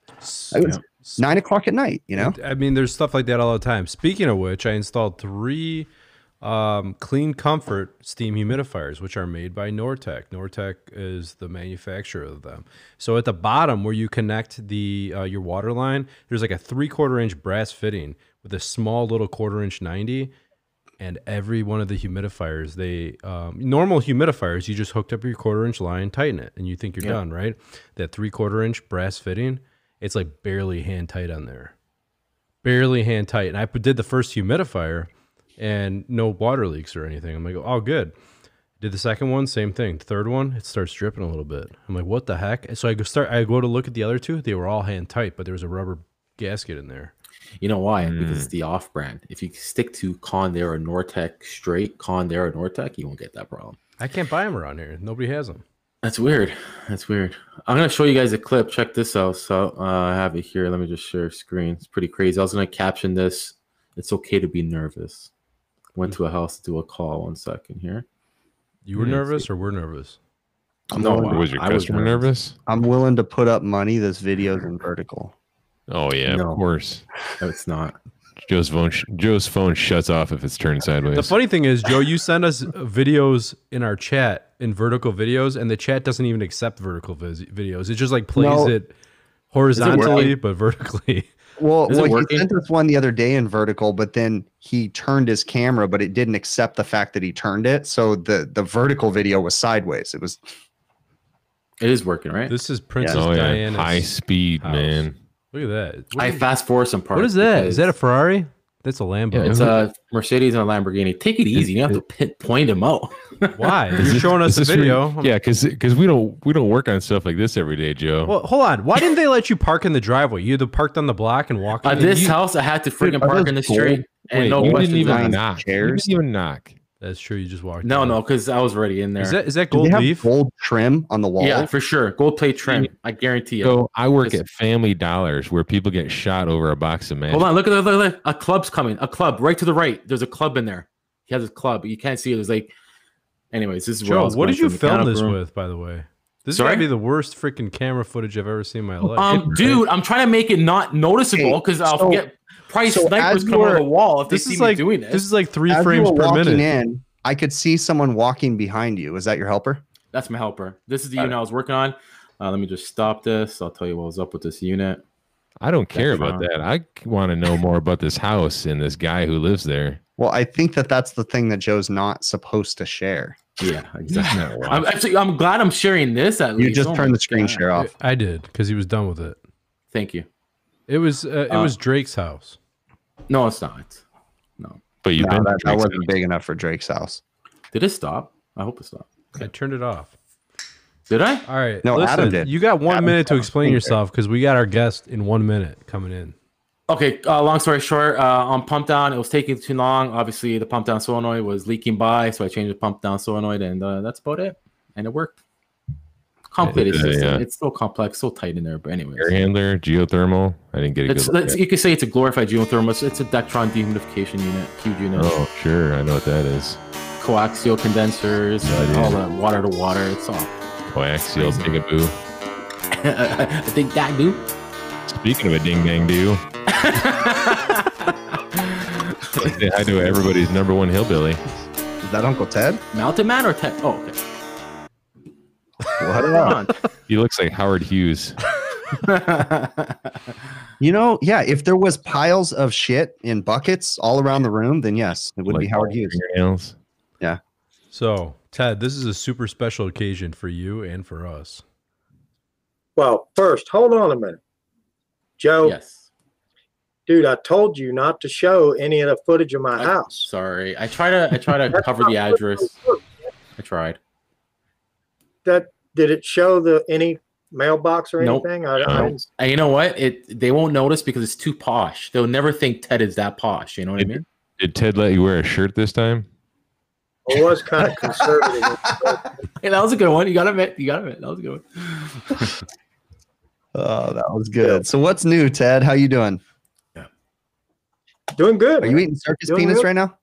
S2: I was nine o'clock at night. You know,
S4: I mean, there's stuff like that all the time. Speaking of which, I installed three um, Clean Comfort steam humidifiers, which are made by Nortec. Nortec is the manufacturer of them. So at the bottom where you connect the uh, your water line, there's like a three quarter inch brass fitting with a small little quarter inch ninety. And every one of the humidifiers, they um, normal humidifiers, you just hooked up your quarter inch line, tighten it, and you think you're
S3: Yeah.
S4: done, right? That three quarter inch brass fitting, it's like barely hand tight on there barely hand tight. And I put- did the first humidifier and no water leaks or anything. I'm like, oh, good. Did the second one, same thing. Third one, it starts dripping a little bit. I'm like, what the heck? So I go start. I go to look at the other two. They were all hand tight, but there was a rubber gasket in there.
S3: You know why? Because it's the off brand. If you stick to Conair or Nortec straight, Conair or Nortec, you won't get that problem.
S4: I can't buy them around here. Nobody has them.
S3: That's weird. That's weird. I'm gonna show you guys a clip. Check this out. So uh, I have it here. Let me just share screen. It's pretty crazy. I was gonna caption this. It's okay to be nervous. Went to a house to do a call. One second here.
S4: You were
S1: Yeah,
S4: nervous, or we're nervous.
S2: No,
S1: Or was your
S3: I
S1: customer nervous?
S2: I'm willing to put up money. This video's in vertical.
S1: Oh yeah,
S3: No.
S1: of course.
S3: No, it's not.
S1: Joe's phone sh- Joe's phone shuts off if it's turned
S4: The
S1: sideways.
S4: funny thing is, Joe, you send us videos in our chat in vertical videos, and the chat doesn't even accept vertical vis- videos. It just like plays
S2: No.
S4: it horizontally, but vertically.
S2: Well,
S3: Is it
S2: well he
S3: working?
S2: sent us one the other day in vertical, but then he turned his camera, but it didn't accept the fact that he turned it. So the the vertical video was sideways. It was
S3: It is working, right?
S4: This is Princess
S1: oh yeah,
S4: Diana's
S1: high speed,
S4: house.
S1: man.
S4: Look at that. What
S3: I
S4: is-
S3: fast forward some parts.
S4: what is that? Is that a
S3: because
S4: Ferrari? That's a Lambo.
S1: Yeah, uh,
S3: It's a Mercedes and a Lamborghini. Take it easy. You don't have to pit, point them out.
S4: Why? You're
S1: this-
S4: showing
S1: is
S4: us a
S1: this your-
S4: video. I'm-
S1: Yeah, because we don't we don't work on stuff like this every day, Joe.
S4: Well, hold on. Why didn't they let you park in the driveway? You either parked on the block and walked.
S3: Uh,
S4: in.
S3: this
S4: You-
S3: house, I had to freaking
S2: Dude, are
S3: park
S2: those
S3: in the
S2: gold?
S3: street, and
S1: Wait,
S3: no
S1: you
S3: questions
S1: didn't even
S2: asked.
S3: asked.
S1: knock. You
S2: Chairs?
S1: didn't even knock.
S4: That's true. You just walked.
S3: No,
S4: in.
S3: no, because I was already in there.
S4: Is that is
S2: Did
S4: that gold
S2: they have
S4: leaf?
S2: gold trim on the wall.
S3: yeah, for sure. Gold plate trim. I guarantee you.
S1: So I work
S3: Yes.
S1: at Family Dollars where people get shot over a box of mash.
S3: Hold on, look at that. Look, look, a club's coming. A club right to the right. There's a club in there. He has a club. You can't see it. It's like, anyways, this is where I
S4: Joe,
S3: was
S4: what
S3: going
S4: did you
S3: from the
S4: film
S3: mechanic
S4: this
S3: room.
S4: with, by the way? This is
S3: Sorry?
S4: gonna be the worst freaking camera footage I've ever seen in my life.
S3: Um, dude, I'm trying to make it not noticeable because I'll
S2: so-
S3: forget. Price
S2: so as
S3: snipers
S2: you
S3: come over
S2: were-
S3: the wall if they
S4: this
S3: see
S4: is
S3: me
S4: like
S3: doing
S4: this
S3: this.
S4: is like three
S2: As you
S4: frames
S2: were
S4: per
S2: walking
S4: minute.
S2: in, I could see someone walking behind you. Is that your helper?
S3: That's my helper. This is the
S2: Got
S3: unit I was working on. Uh, let me just stop this. I'll tell you what was up with this unit.
S1: I don't care about
S3: That's
S1: that. I want to know more about this house and this guy who lives there.
S2: Well, I think that that's the thing that Joe's not supposed to share.
S3: Yeah,
S1: He's
S3: exactly.
S1: not
S3: I'm actually I'm glad I'm sharing this at
S2: You
S3: least.
S2: just
S3: Oh
S2: turned
S3: my
S2: the screen
S3: God.
S2: share off.
S4: I did because he was done with it.
S3: Thank you.
S4: It was uh, it
S3: Uh,
S4: was Drake's house.
S3: No, it's not.
S1: but you've
S2: No,
S1: been
S2: that, that
S1: Drake's
S2: wasn't
S1: house.
S2: big enough for Drake's house.
S3: Did it stop? I hope it stopped.
S4: I turned it off.
S3: Did I?
S4: All right.
S2: No,
S4: listen,
S2: Adam did.
S4: You got one
S2: Adam
S4: minute to
S2: did.
S4: explain
S2: Okay.
S4: yourself because we got our guest in one minute coming in.
S3: Okay, uh, long story short, uh, on pump down, it was taking too long. Obviously, the pump down solenoid was leaking by, so I changed the pump down solenoid, and uh, that's about it. And it worked. Complicated
S1: Yeah,
S3: system.
S1: yeah.
S3: It's so complex, so tight in there. But anyway,
S1: air handler, geothermal. I didn't get a
S3: it's,
S1: good. look
S3: it's
S1: at it.
S3: you could say it's a glorified geothermal. It's, it's a Dectron dehumidification unit, cube unit,
S1: Oh sure, I know what that is.
S3: coaxial condensers,
S1: Yeah, I do.
S3: all that water to water. It's all.
S1: Coaxial digaboo.
S3: I think that do.
S1: Speaking of a ding dang do, say hi to everybody's number one hillbilly.
S2: Is that Uncle Ted?
S3: Mountain man or tech? Oh, okay.
S2: What?
S3: Come on.
S1: He looks like Howard Hughes.
S2: You know, yeah, if there was piles of shit in buckets all around the room, then yes, it would be
S1: Like
S2: Howard Hughes.
S1: fingernails.
S2: Yeah.
S4: So, Ted, this is a super special occasion for you and for us.
S5: Well, first, hold on a minute. Joe,
S3: Yes.
S5: dude, I told you not to show any of the footage of my
S3: I-
S5: house.
S3: Sorry. I try to I try to
S5: That's
S3: cover the
S5: not good
S3: address.
S5: for work.
S3: I tried.
S5: That did it show the any mailbox or
S3: Nope.
S5: anything? I, I
S1: No.
S5: didn't,
S3: And you know what? It they won't notice because it's too posh. They'll never think Ted is that posh. You know what I
S1: It-
S3: mean?
S1: Did Ted let you wear a shirt this time?
S5: I was kind of conservative.
S3: Hey, that was a good one. You got it. You got it. That was a good one.
S2: Oh, that was good. So what's new, Ted? How you doing?
S5: Doing good.
S2: Are you eating circus
S5: Doing
S2: peanuts
S5: good.
S2: right now?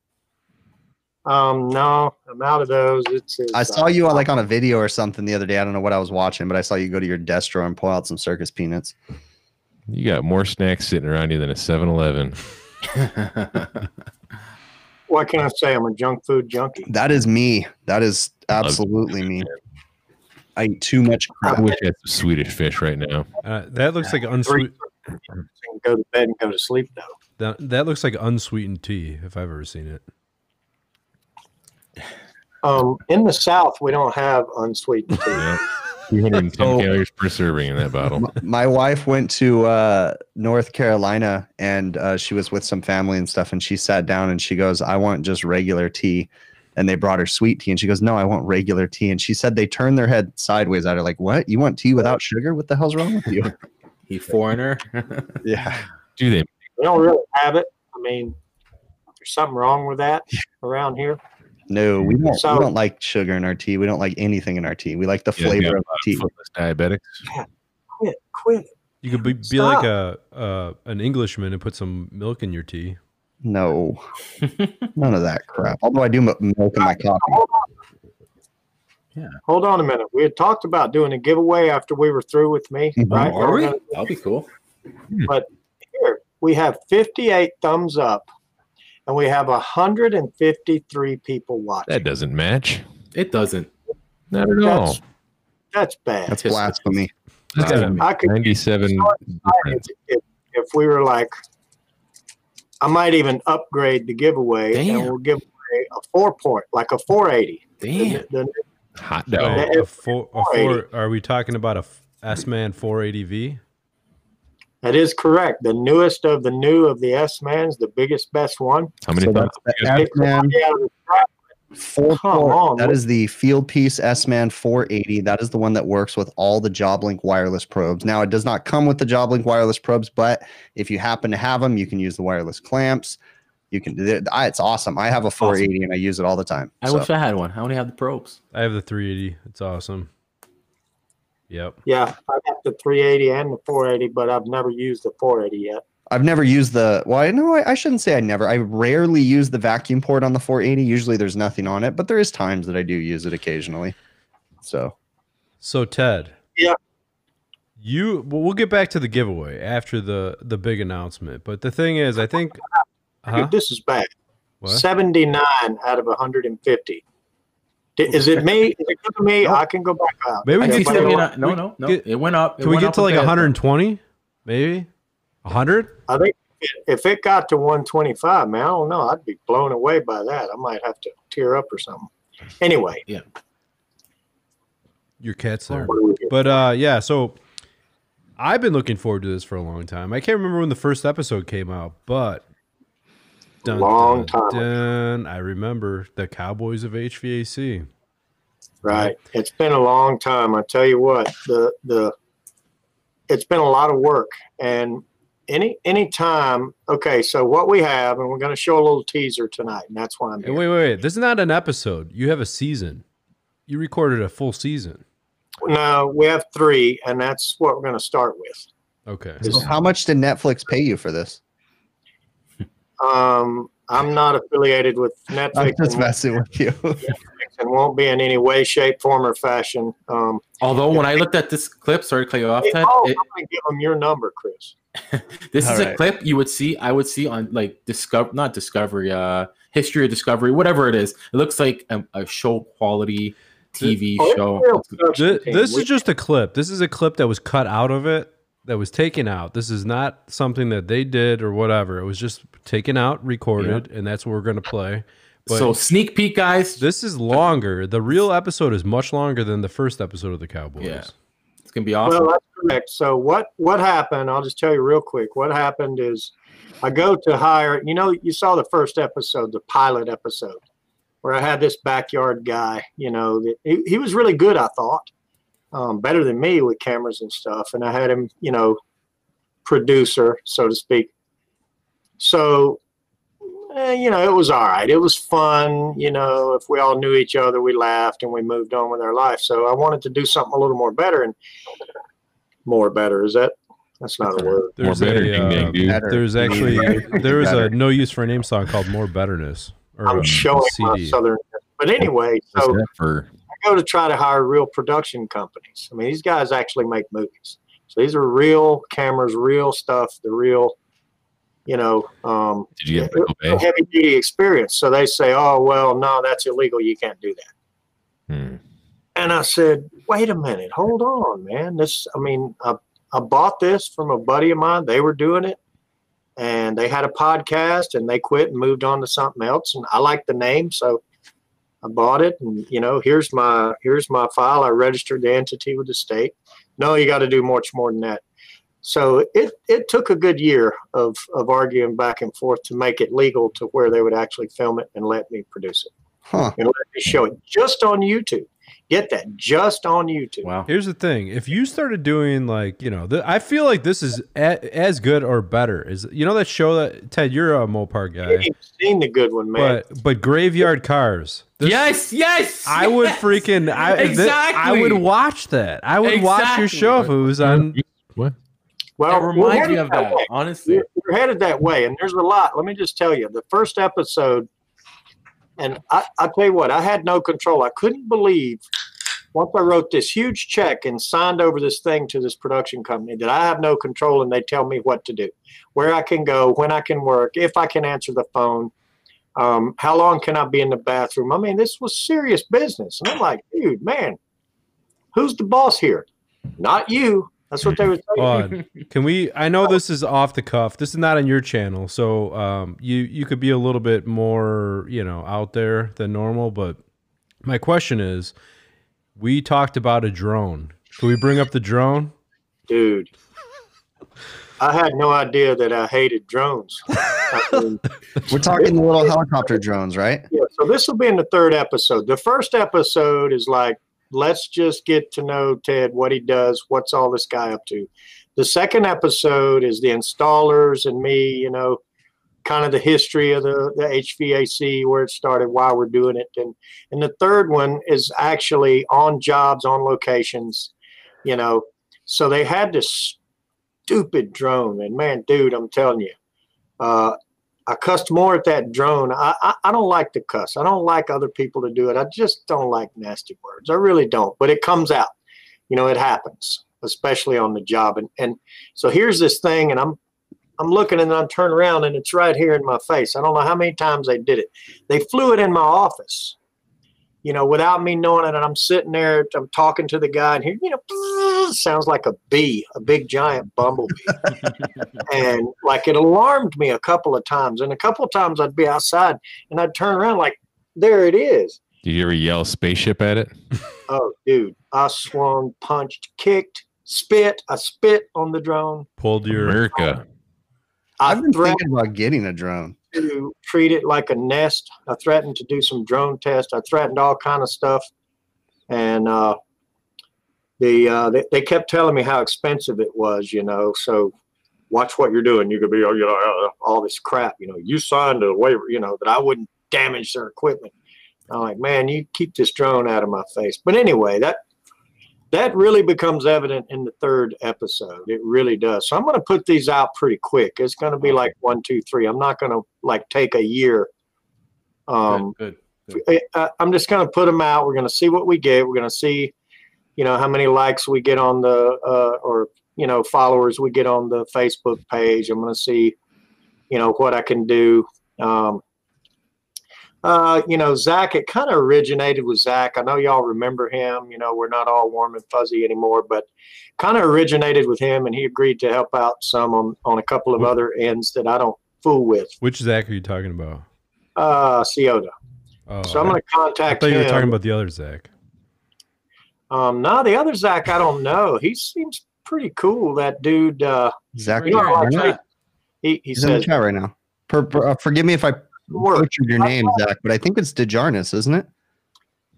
S5: Um, no, I'm out of those. It's. it's uh,
S2: I saw you on, like on a video or something the other day. I don't know what I was watching, but I saw you go to your desk drawer and pull out some circus peanuts.
S1: You got more snacks sitting around you than a 7 Eleven.
S5: What can I say? I'm a junk food junkie.
S2: That is me. That is absolutely me. I eat too much
S1: I
S2: crap.
S1: wish I had some Swedish fish right now.
S4: Uh, that looks like
S5: Three,
S4: unsweet.
S5: can go to bed and go to sleep though.
S4: That, that looks like unsweetened tea if I've ever seen it.
S5: Um, in the South, we don't have unsweetened tea.
S1: Yeah. 210
S2: So-
S1: calories per serving in that bottle.
S2: My wife went to uh, North Carolina and uh, she was with some family and stuff. And she sat down and she goes, I want just regular tea. And they brought her sweet tea. And she goes, No, I want regular tea. And she said they turned their head sideways at her, like, What? You want tea without sugar? What the hell's wrong with you?
S3: he foreigner.
S2: yeah.
S1: Do they?
S5: We don't really have it. I mean, there's something wrong with that around here.
S2: No, we don't,
S5: So-
S2: we don't like sugar in our tea. We don't like anything in our tea. We like the
S1: Yeah,
S2: flavor
S1: yeah.
S2: of our tea.
S1: Footless diabetics.
S5: Quit, quit.
S4: You could be, be like a uh, an Englishman and put some milk in your tea.
S2: No, none of that crap. Although I do m- milk in my coffee.
S5: Hold on a minute. We had talked about doing a giveaway after we were through with me,
S2: Mhm.
S5: right?
S3: Mm-hmm. Are we? That'll be cool.
S5: Here, we have 58 thumbs up, and we have 153 people watching.
S1: That doesn't match.
S3: It doesn't.
S1: Not at all.
S5: That's- That's bad.
S2: That's
S3: Just-
S2: blasphemy.
S1: That's
S3: that's-
S1: a
S5: I could
S1: 97.
S5: if, if, if we were like, I might even upgrade the giveaway,
S3: Damn.
S5: and we'll give away a four point, like a 480.
S3: Damn.
S5: The- the-
S1: Hot
S4: So
S1: dog.
S4: a four, a four, are we talking about a S Man 480V?
S5: That is correct. The newest of the new of the S Man's, the biggest, best one.
S1: How many
S2: So
S1: thoughts?
S2: that's the
S1: you
S2: S
S5: Take
S2: Man
S5: somebody out of the crowd.
S2: four.
S5: Come on,
S2: That
S5: what-
S2: is the Field Piece S Man 480. That is the one that works with all the JobLink wireless probes. Now it does not come with the JobLink wireless probes, but if you happen to have them, you can use the wireless clamps. You can. th- I- It's awesome. I have a 480 and I use it all the time.
S3: I
S2: So,
S3: wish I had one. I only have the probes.
S4: I have the 380. It's awesome. Yep.
S5: Yeah, I got the 380 and the 480, but I've never used the 480 yet.
S2: I've never used the. Well, I no, I, I shouldn't say I never. I rarely use the vacuum port on the 480. Usually there's nothing on it, but there is times that I do use it occasionally. So
S4: So Ted.
S5: Yeah.
S4: You well, we'll get back to the giveaway after the the big announcement. But the thing is, I think huh?
S5: Dude, this is bad.
S4: What?
S5: 79 out of 150. D- Is it me? Is it good to me? I can go back out.
S4: Maybe we
S5: I
S4: can
S5: can
S3: It's
S4: get
S5: buy
S4: to-
S5: one.
S3: 79 no, no, no. It went up. It
S4: Can we
S3: went
S4: get
S3: up
S4: to
S3: a
S4: like
S3: bit.
S4: 120? Maybe 100?
S5: I think if it got to 125, man, I don't know. I'd be blown away by that. I might have to tear up or something. Anyway,
S4: Your cat's there.
S5: what do we do?
S4: But uh, yeah, so I've been looking forward to this for a long time. I can't remember when the first episode came out, but
S5: Long time ago.
S4: dun, I remember the Cowboys of HVAC.
S5: Right. It's been a long time. I tell you what, the the it's been a lot of work. And any any time, okay, so what we have, and we're gonna show a little teaser tonight, and that's why I'm
S4: Hey,
S5: here.
S4: wait, wait, wait. This is not an episode. You have a season. You recorded a full season.
S5: No, we have three, and that's what we're gonna start with.
S4: Okay.
S5: Is-
S2: how much did Netflix pay you for this?
S5: Um I'm not affiliated with
S2: I'm
S5: Netflix
S2: just
S5: and,
S2: messing with you.
S5: and won't be in any way, shape, form, or fashion. Um,
S3: Although when I looked at this clip, sorry to cut you off,
S5: hey,
S3: Ted.
S5: Paul,
S3: it-
S5: I'm gonna give them your number, Chris.
S3: this
S2: All
S3: is a
S2: right.
S3: clip you would see. I would see on like discover, not discovery, uh, history of discovery, whatever it is. It looks like a, a show quality TV
S5: Oh, it's
S3: show.
S5: real
S4: Th-
S5: production team.
S4: this
S5: We-
S4: is just a clip. This is a clip that was cut out of it, that was taken out. This is not something that they did or whatever. It was just taken out, recorded, and that's what we're going to play. But
S3: so sneak peek, guys.
S4: this is longer. The real episode is much longer than the first episode of the Cowboys.
S3: Yeah. It's gonna be awesome.
S5: Well, that's correct. So what what happened? I'll just tell you real quick. What happened is, I go to hire. You know, you saw the first episode, the pilot episode, where I had this backyard guy. You know, that he, he was really good. I thought um, better than me with cameras and stuff, and I had him. You know, producer, so to speak. So. eh, You know, it was all right. It was fun. You know, if we all knew each other, we laughed and we moved on with our life. So I wanted to do something a little more better. And more better. Is that that's not a word?
S1: More
S4: There's
S1: better,
S4: a,
S1: ding
S4: uh,
S1: dang, dude.
S2: Better.
S4: there's actually
S2: Better.
S4: there was a
S2: Better.
S4: no use for a name song called More Betterness. Or
S5: I'm
S4: um,
S5: showing my
S4: CD.
S5: southern. But anyway,
S1: What's
S5: so
S1: that for?
S5: I go to try to hire real production companies. I mean, these guys actually make movies. So these are real cameras, real stuff, the real, you know, um,
S1: Did you get
S5: Yeah,
S1: Michael Bay?
S5: heavy duty experience. So they say, oh, well, no, that's illegal. You can't do that.
S1: Hmm.
S5: And I said, wait a minute, hold on, man. This, I mean, I, I bought this from a buddy of mine. They were doing it and they had a podcast and they quit and moved on to something else. And I liked the name. So I bought it and, you know, here's my, here's my file. I registered the entity with the state. No, you got to do much more than that. So it, it took a good year of, of arguing back and forth to make it legal to where they would actually film it and let me produce it
S2: Huh.
S5: and let me show it just on YouTube. Get that just on YouTube.
S3: Wow.
S4: Here's the thing: if you started doing like you know, the, I feel like this is a, as good or better. Is you know that show that Ted, you're a Mopar
S5: You
S4: guy,
S5: ain't seen the good one, man.
S4: but but Graveyard Cars. This-
S3: yes, yes.
S4: I would
S3: yes!
S4: freaking I thi- I
S3: Exactly.
S4: would watch that. I would watch your
S3: Exactly.
S4: show if it was on.
S5: well,
S3: That
S5: we're
S3: reminds me
S5: headed
S3: of that.
S5: way.
S3: Honestly,
S5: We're, we're headed that way, and there's a lot. Let me just tell you, the first episode, and I, I tell you what, I had no control. I couldn't believe once I wrote this huge check and signed over this thing to this production company that I have no control, and they tell me what to do, where I can go, when I can work, if I can answer the phone. Um, how long can I be in the bathroom? I mean, this was serious business. And I'm like, dude, man, who's the boss here? Not you. That's what they were saying.
S4: on. Can we? I
S5: Oh.
S4: know this is off the cuff. This is not on your channel, so um, you you could be a little bit more you know out there than normal. But my question is, we talked about a drone. Can we bring up the drone?
S5: dude. I had no idea that I hated drones. I mean,
S2: We're talking the little helicopter drones, right?
S5: yeah, so this will be in the third episode. The first episode is like, let's just get to know Ted, what he does, what's all this guy up to. The second episode is the installers and me, you know, kind of the history of the, the HVAC, where it started, why we're doing it. And and the third one is actually on jobs, on locations, you know. So they had this stupid drone, and man, dude, I'm telling you, uh, I cussed more at that drone. I, I I don't like to cuss. I don't like other people to do it. I just don't like nasty words. I really don't. But it comes out, you know, it happens, especially on the job. And and so here's this thing, and I'm I'm looking, and I'm turning around, and it's right here in my face. I don't know how many times they did it. They flew it in my office, you know, without me knowing it. And I'm sitting there, I'm talking to the guy, and here, you know, sounds like a bee, a big giant bumblebee and like it alarmed me a couple of times and a couple of times i'd be outside and i'd turn around like there it is
S1: Did you ever yell spaceship at it?
S5: oh dude i swung punched kicked spit i spit on the drone
S4: Pulled your.
S1: America.
S5: i
S2: I've been
S5: threatened
S2: thinking about getting a drone.
S5: to treat it like a nest i threatened to do some drone tests i threatened all kind of stuff and uh the uh they, they kept telling me how expensive it was you know so watch what you're doing you could be you know uh, all this crap you know you signed a waiver you know that i wouldn't damage their equipment i'm like man you keep this drone out of my face but anyway that that really becomes evident in the third episode it really does so i'm going to put these out pretty quick it's going to be like one two three i'm not going to like take a year um
S3: good.
S5: I- I- I'm just going to put them out. We're going to see what we get. We're going to see, you know, how many likes we get on the uh, or you know followers we get on the Facebook page. I'm going to see, you know, what I can do. Um, uh, you know, Zach. It kind of originated with Zach. I know y'all remember him. You know, we're not all warm and fuzzy anymore, but kind of originated with him, and he agreed to help
S4: Mm-hmm.
S5: out some on on a couple of other ends that I don't fool with.
S4: Which Zach are you talking about?
S5: uh, Ciota.
S4: Oh,
S5: So I'm going to
S4: I
S5: contact
S4: thought you were
S5: him.
S4: talking about the other Zach.
S5: um, no, the other Zach, I don't know. He seems pretty cool. That dude. Uh,
S2: Zach,
S5: you know,
S3: Yeah,
S5: like,
S2: Barnett?
S3: yeah.
S5: he he
S2: he's in the
S5: says
S2: chat right now. Per, per- uh, forgive me if I
S5: work.
S2: butchered your name, Zach, but I think it's DeJarnis, isn't it?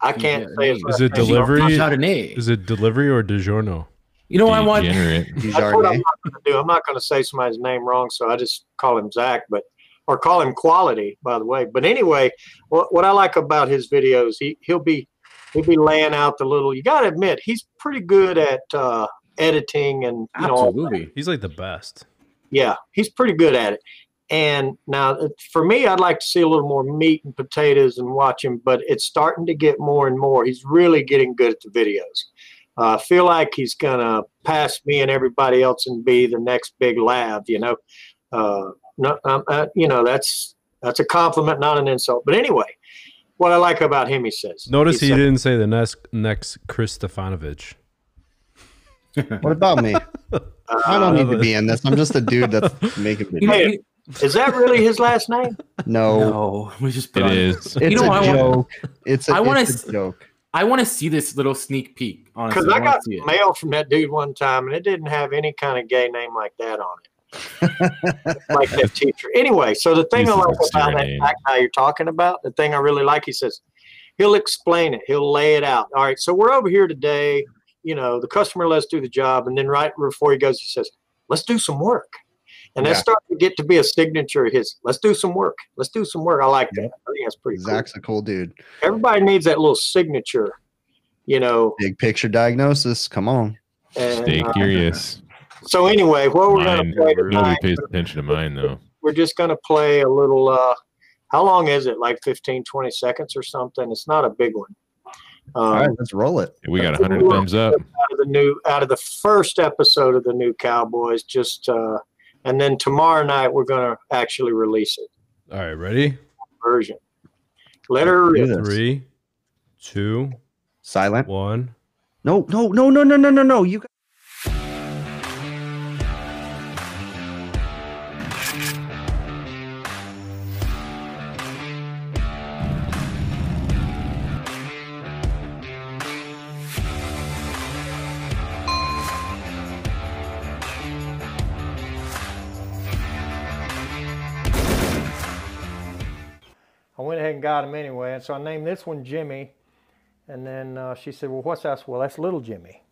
S5: I can't say his
S3: Is
S5: last
S4: it
S5: name.
S4: delivered? Delivery-
S3: Punch out an A.
S4: Is it delivery or DiGiorno?
S3: You know, I want
S1: Degenerate.
S5: That's what I'm
S2: DeJarnis.
S5: not going to do. I'm not going to say somebody's name wrong, so I just call him Zach, but or call him Quality, by the way. But anyway, what, what I like about his videos, he he'll be he'll be laying out the little. You got to admit, he's pretty good at uh, editing and you know,
S3: absolutely.
S4: He's like the best.
S5: yeah, he's pretty good at it. And now, uh, for me, I'd like to see a little more meat and potatoes and watch him, but it's starting to get more and more. He's really getting good at the videos. Uh, I feel like he's going to pass me and everybody else and be the next big lab, you know. Uh, no, um, uh, you know, that's that's a compliment, not an insult. But anyway, what I like about him, he says.
S4: Notice he
S5: said-
S4: didn't say the next next Chris Stefanovic.
S2: What about me? I
S5: uh,
S2: don't need to be in this. I'm just a dude that's making
S3: You know,
S2: videos.
S5: Hey.
S3: you-
S5: Is that really his last name?
S2: No,
S3: no, we just put
S1: It
S3: on.
S1: is.
S2: it's
S3: You know,
S2: a
S3: I wanna-
S2: joke. It's a,
S3: I wanna
S2: it's
S3: s-
S2: a joke.
S3: I want to see this little sneak peek. Honestly,
S5: Because I
S3: I wanna
S5: got
S3: see it.
S5: mail from that dude one time, and it didn't have any kind of gay name like that on it. like that teacher. Anyway, so the thing I
S1: Uses
S5: like
S1: a
S5: about that
S1: surname.
S5: black guy you're talking about, the thing I really like, he says, he'll explain it. He'll lay it out. All right, so we're over here today. You know, the customer lets do the job, and then right before he goes, he says, "Let's do some work." And
S2: Yeah.
S5: that's starting to get to be a signature of his. Let's do some work. Let's do some work. I like that. I think that's pretty cool.
S2: Zach's a cool dude.
S5: Everybody needs that little signature, you know.
S2: Big picture diagnosis. Come on.
S5: And,
S1: Stay
S5: uh,
S1: curious.
S5: So anyway, what we're going
S1: Mine.
S5: to play
S1: Nobody
S5: tonight,
S1: pays attention to mine though.
S5: we're just going to play a little, uh, how long is it? Like 15, 20 seconds or something. It's not a big one. Um,
S2: All right, let's roll it.
S1: We got hundred thumbs up.
S5: Out of the new, out of the first episode of the new Cowboys, just, uh, and then tomorrow night we're going to actually release it
S4: All right, ready?
S5: version. Let her
S2: Do
S5: rip.
S2: this.
S4: Three, two,
S2: Silent.
S4: one.
S2: No, no, no, no, no, no, no, no. You.
S5: I went ahead and got him anyway, and so I named this one Jimmy. And then uh, she said, "Well, what's that?" I said, Well, that's little Jimmy.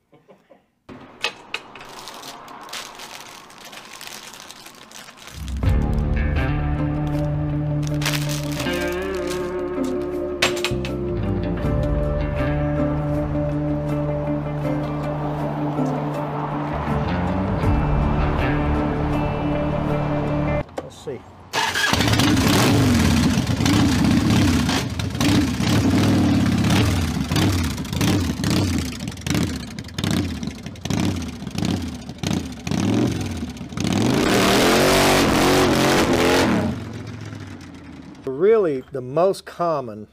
S5: Let's see. Really, the most common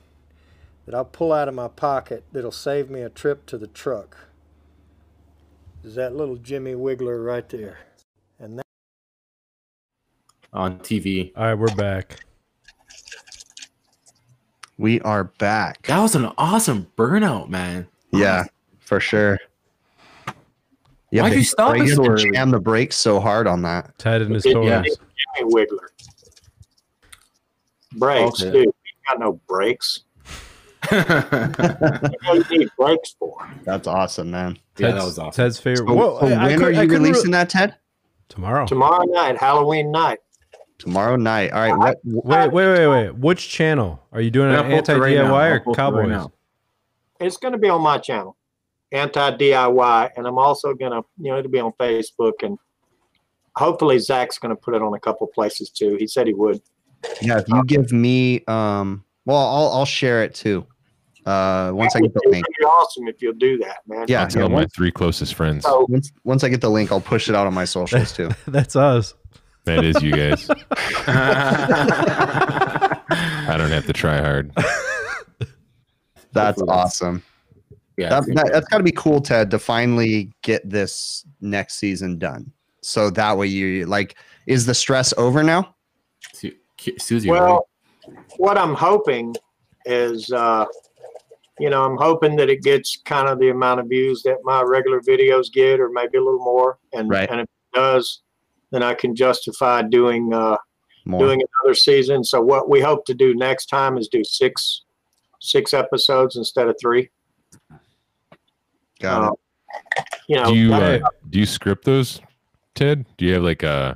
S5: that I'll pull out of my pocket that'll save me a trip to the truck is that little Jimmy Wiggler right there. And that,
S3: on TV.
S4: All right, we're back.
S2: We are back.
S3: That was an awesome burnout, man.
S2: Yeah, for sure. Yeah,
S3: Why'd
S2: they-
S3: you stop
S2: they
S3: us
S2: had
S3: so
S2: to
S3: early?
S2: Jam the brakes so hard on that.
S4: Ted and his
S5: Yeah.
S4: Taurus.
S5: Jimmy Wiggler. Brakes,
S3: Okay.
S5: dude. You got no brakes. What do you need brakes for?
S2: That's awesome, man.
S3: yeah,
S4: Ted's,
S3: that was awesome.
S4: Ted's favorite.
S2: So,
S4: Whoa,
S2: so
S4: I- I
S2: when are
S4: could- I
S2: you
S4: couldn't re-
S2: releasing that, Ted?
S4: tomorrow?
S5: Tomorrow night, Halloween night.
S2: Tomorrow night. All right. What,
S4: Wait, wait, wait, wait. Which channel are you doing?
S3: Yeah,
S4: An
S3: I'll post it
S4: anti
S3: right now.
S4: DIY
S3: I'll
S4: or
S3: post it right
S4: Cowboys?
S3: now.
S5: It's going to be on my channel, Anti DIY, and I'm also going to, you know, it'll be on Facebook and hopefully Zach's going to put it on a couple places too. He said he would.
S2: yeah, if you give me, um, well, I'll I'll share it too. Uh, once I
S5: That
S2: get
S5: would
S2: the link.
S5: be awesome if you'll do that, man.
S2: Yeah,
S1: I'll tell
S2: yeah,
S1: my
S2: once-
S1: three closest friends.
S6: Oh.
S5: So
S2: Once once I get the link, I'll push it out on my socials too.
S4: That's us.
S1: That is you guys. I don't have to try hard.
S2: That's
S3: Hopefully that's-
S2: awesome.
S3: yeah,
S2: That, that, that's got to be cool, Ted, to finally get this next season done. So that way you like, is the stress over now?
S3: Su- Ki- Susie.
S5: Well,
S6: what I'm hoping is, uh, you know, I'm hoping that it gets kind of the amount of views that my regular videos get, or maybe a little more. And
S2: Right.
S6: and if it does, then I can justify doing uh,
S2: More.
S6: doing another season. So what we hope to do next time is do six six episodes instead of three.
S2: Got it.
S6: Uh, you know,
S1: do you
S6: that-
S1: uh, do you script those, Ted? Do you have like uh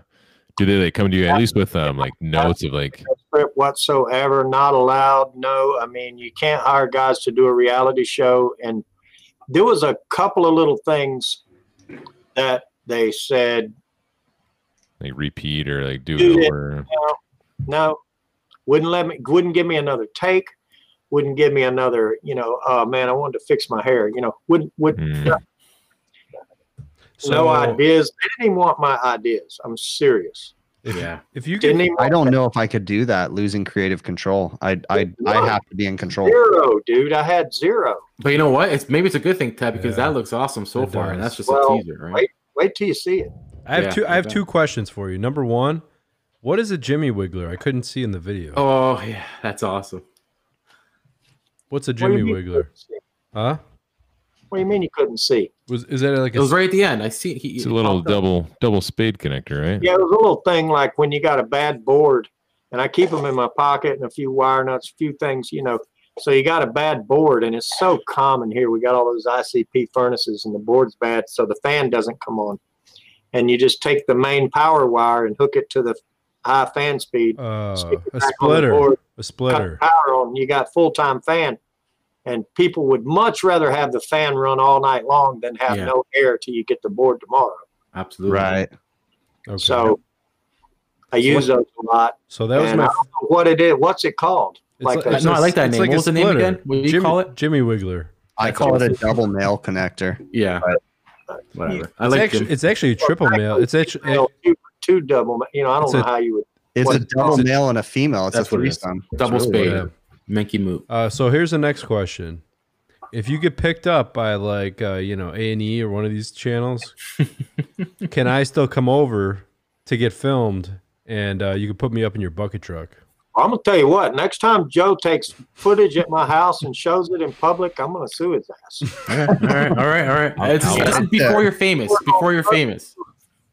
S1: do they like come to you at least with um like notes of like
S6: script whatsoever, not allowed. No, I mean, you can't hire guys to do a reality show. And there was a couple of little things that they said,
S1: like repeat or like do
S6: Do
S1: it
S6: it.
S1: over?
S6: no, wouldn't let me, wouldn't give me another take, wouldn't give me another, you know, oh man, I wanted to fix my hair, you know, wouldn't, would
S1: Hmm.
S4: So
S6: no ideas. They didn't even want my ideas. I'm serious.
S4: If,
S3: Yeah.
S4: if you
S6: Didn't
S4: can,
S6: even
S2: I don't know if I could do that. Losing creative control. I I I have to be in control.
S6: zero, dude. I had zero.
S3: But you know what? It's maybe it's a good thing, Ted, because
S4: Yeah.
S3: that looks awesome so
S4: It
S3: far, and
S4: does.
S3: that's just
S6: Well,
S3: a teaser, right?
S6: Wait till you see it.
S4: I have
S3: Yeah,
S4: two. I have
S3: okay.
S4: two questions for you. Number one, what is a Jimmy Wiggler? I couldn't see in the video.
S3: Oh yeah, that's awesome.
S4: What's a
S6: What do you
S4: Jimmy
S6: mean you
S4: Wiggler?
S6: couldn't see?
S4: Huh?
S6: What do you mean you couldn't see?
S4: Was is that like
S3: It
S4: a
S3: was right at the end. I see he.
S1: It's
S3: he
S1: a little
S3: popped up.
S1: double double spade connector, right?
S6: Yeah, it was a little thing like when you got a bad board, and I keep them in my pocket and a few wire nuts, a few things, you know. So you got a bad board, and it's so common here. We got all those ICP furnaces, and the board's bad, so the fan doesn't come on. And you just take the main power wire and hook it to the high fan speed.
S4: uh,
S6: stick it
S4: a
S6: back on the
S4: splitter?
S6: board,
S4: A
S6: Cut
S4: splitter.
S6: the power on, you got full time fan. And people would much rather have the fan run all night long than have
S3: Yeah.
S6: no air till you get the board tomorrow.
S3: Absolutely.
S2: Right.
S4: Okay.
S6: So I use those a lot.
S4: So that was
S6: And
S4: my.
S6: I don't know what it is. What's it called?
S4: it's
S6: like
S3: Uh,
S6: a-
S4: it's
S3: No, I like that
S4: it's
S3: name.
S4: a
S3: What was the name
S4: splitter.
S3: again? What did you
S4: Jimmy-
S3: call it?
S4: Jimmy Wiggler.
S2: I
S3: That's
S2: call it a
S3: awesome.
S2: double nail connector.
S3: Yeah.
S2: Right.
S3: Whatever. I
S4: It's
S3: like
S4: actually
S3: Jim.
S4: it's actually a triple male. It's actually
S6: Well, two, two double. You know, I don't
S4: It's
S6: know
S4: a-
S6: how you would.
S2: It's
S6: What-
S2: a double
S6: it's a-
S2: male and a female. It's a
S3: That's what it is.
S2: threesome. It's
S3: double
S2: really
S3: spade.
S2: weird.
S3: Minky Moot.
S4: Uh, so here's the next question: If you get picked up by like uh, you know A and E or one of these channels, can I still come over to get filmed? And uh, you can put me up in your bucket truck.
S6: I'm gonna tell you what. Next time Joe takes footage at my house and shows it in public, I'm gonna sue his ass.
S3: All right, all right, all right. all right. It's,
S2: I'll
S3: it's
S2: take
S3: before
S2: that.
S3: you're famous. Before you're famous.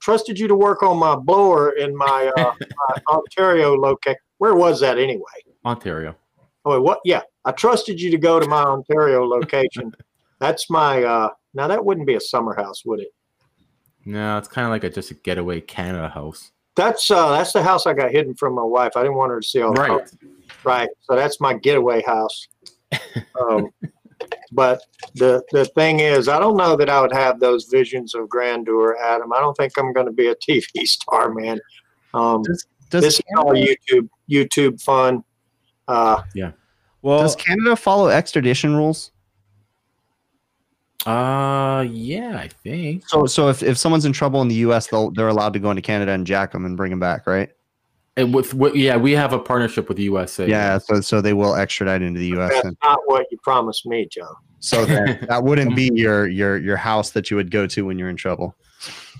S6: Trusted you to work on my blower in my, uh, my Ontario location. Where was that anyway?
S3: Ontario.
S6: Oh, wait, what? Yeah, I trusted you to go to my Ontario location. That's my. uh Now that wouldn't be a summer house, would it?
S3: No, it's kind of like a just a getaway Canada house.
S6: That's uh that's the house I got hidden from my wife. I didn't want her to see all the
S3: Right.
S6: Right. So that's my getaway house. Um, but the the thing is, I don't know that I would have those visions of grandeur, Adam. I don't think I'm going to be a TV star, man. Um,
S2: Does,
S6: this
S2: does,
S6: is all YouTube YouTube fun. Uh,
S4: Well,
S2: does Canada follow extradition rules?
S3: Uh, yeah, I think.
S2: So, so if, if someone's in trouble in the U.S., they'll they're allowed to go into Canada and jack them and bring them back, right?
S3: And with, with yeah, we have a partnership with the USA.
S2: Yeah. So, so they will extradite into the U.S.
S6: that's
S2: then.
S6: not what you promised me, Joe.
S2: So that, that wouldn't be your your your house that you would go to when you're in trouble.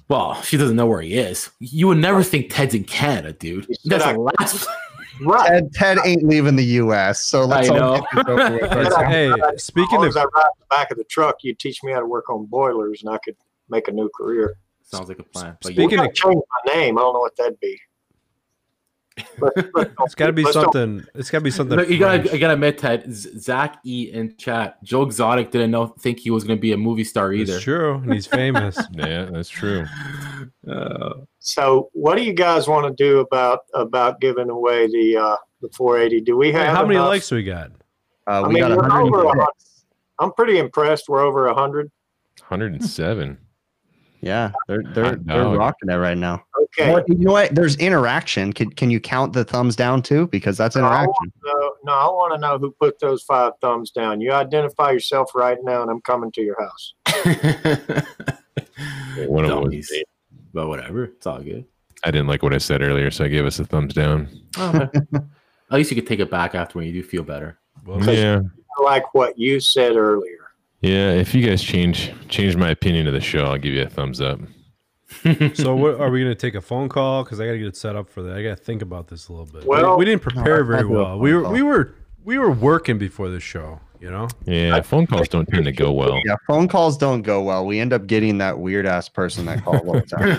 S3: Well, she doesn't know where he is. You would never think Ted's in Canada, dude.
S6: You said
S3: That's
S6: I-
S3: a last.
S6: Right.
S2: Ted, Ted ain't leaving the U.S. So
S3: I
S2: let's all
S3: know.
S2: get this over with.
S4: it's- hey,
S6: As
S4: speaking
S6: long as
S4: of
S6: I ride the back of the truck, you teach me how to work on boilers, and I could make a new career.
S3: Sounds like a plan. But
S6: We
S4: Speaking
S6: gotta
S4: of-
S6: change my name. I don't know what that'd be. Let's- let's don't-
S4: it's got to be
S6: let's don't
S4: something. It's got to be something.
S3: Look, you gotta,
S4: French.
S3: I gotta admit, Ted, Z- Zach E in chat, Joe Exotic didn't know think he was gonna be a movie star either.
S4: It's true, and he's famous.
S1: Yeah, that's true.
S3: Uh,
S6: So, what do you guys want to do about about giving away the uh, the 480? Do we
S4: Hey,
S6: have
S4: how many
S6: enough?
S4: likes we got?
S2: Uh,
S6: I
S2: we
S6: mean,
S2: got
S6: we're
S2: 100.
S6: over 100. I'm pretty impressed. We're over 100.
S1: 107.
S2: Yeah, they're they're
S1: Hot
S2: they're
S1: dog.
S2: rocking it right now.
S6: Okay.
S2: What- you know what? There's interaction. Can can you count the thumbs down too? Because that's interaction.
S6: So, no, I want to know who put those five thumbs down. You identify yourself right now, and I'm coming to your house.
S1: One of them was
S3: Dummies.
S1: me.
S3: But whatever, it's all good.
S1: I didn't like what I said earlier, so I gave us a thumbs down.
S3: Oh, At least you could take it back after when you do feel better.
S4: Well,
S1: Yeah.
S6: I like what you said earlier.
S1: Yeah, if you guys change change my opinion of the show, I'll give you a thumbs up.
S4: so what are we going to take a phone call? Because I got to get it set up for that. I got to think about this a little bit. We-
S5: Well-
S4: we, didn't prepare
S2: No, I- I
S4: very
S2: do a
S4: well.
S2: phone
S4: We were
S2: call.
S4: we were we were working before the show. You know,
S1: Yeah, phone calls don't tend to go well.
S2: Yeah, phone calls don't go well. We end up getting that weird ass person that called all the time.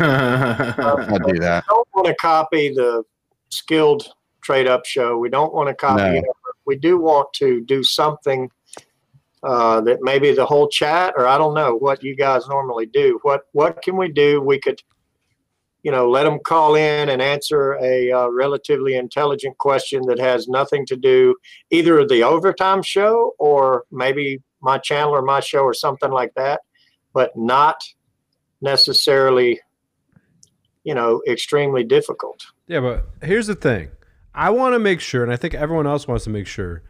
S2: I'll do that.
S5: don't want to copy the skilled trade up show. We don't want to copy
S2: No.
S5: it. But We do want to do something uh, that maybe the whole chat or I don't know what you guys normally do. What what can we do? We could, you know, let them call in and answer a uh, relatively intelligent question that has nothing to do either of the overtime show or maybe my channel or my show or something like that, but not necessarily, you know, extremely difficult.
S4: Yeah, but here's the thing. I want to make sure, and I think everyone else wants to make sure.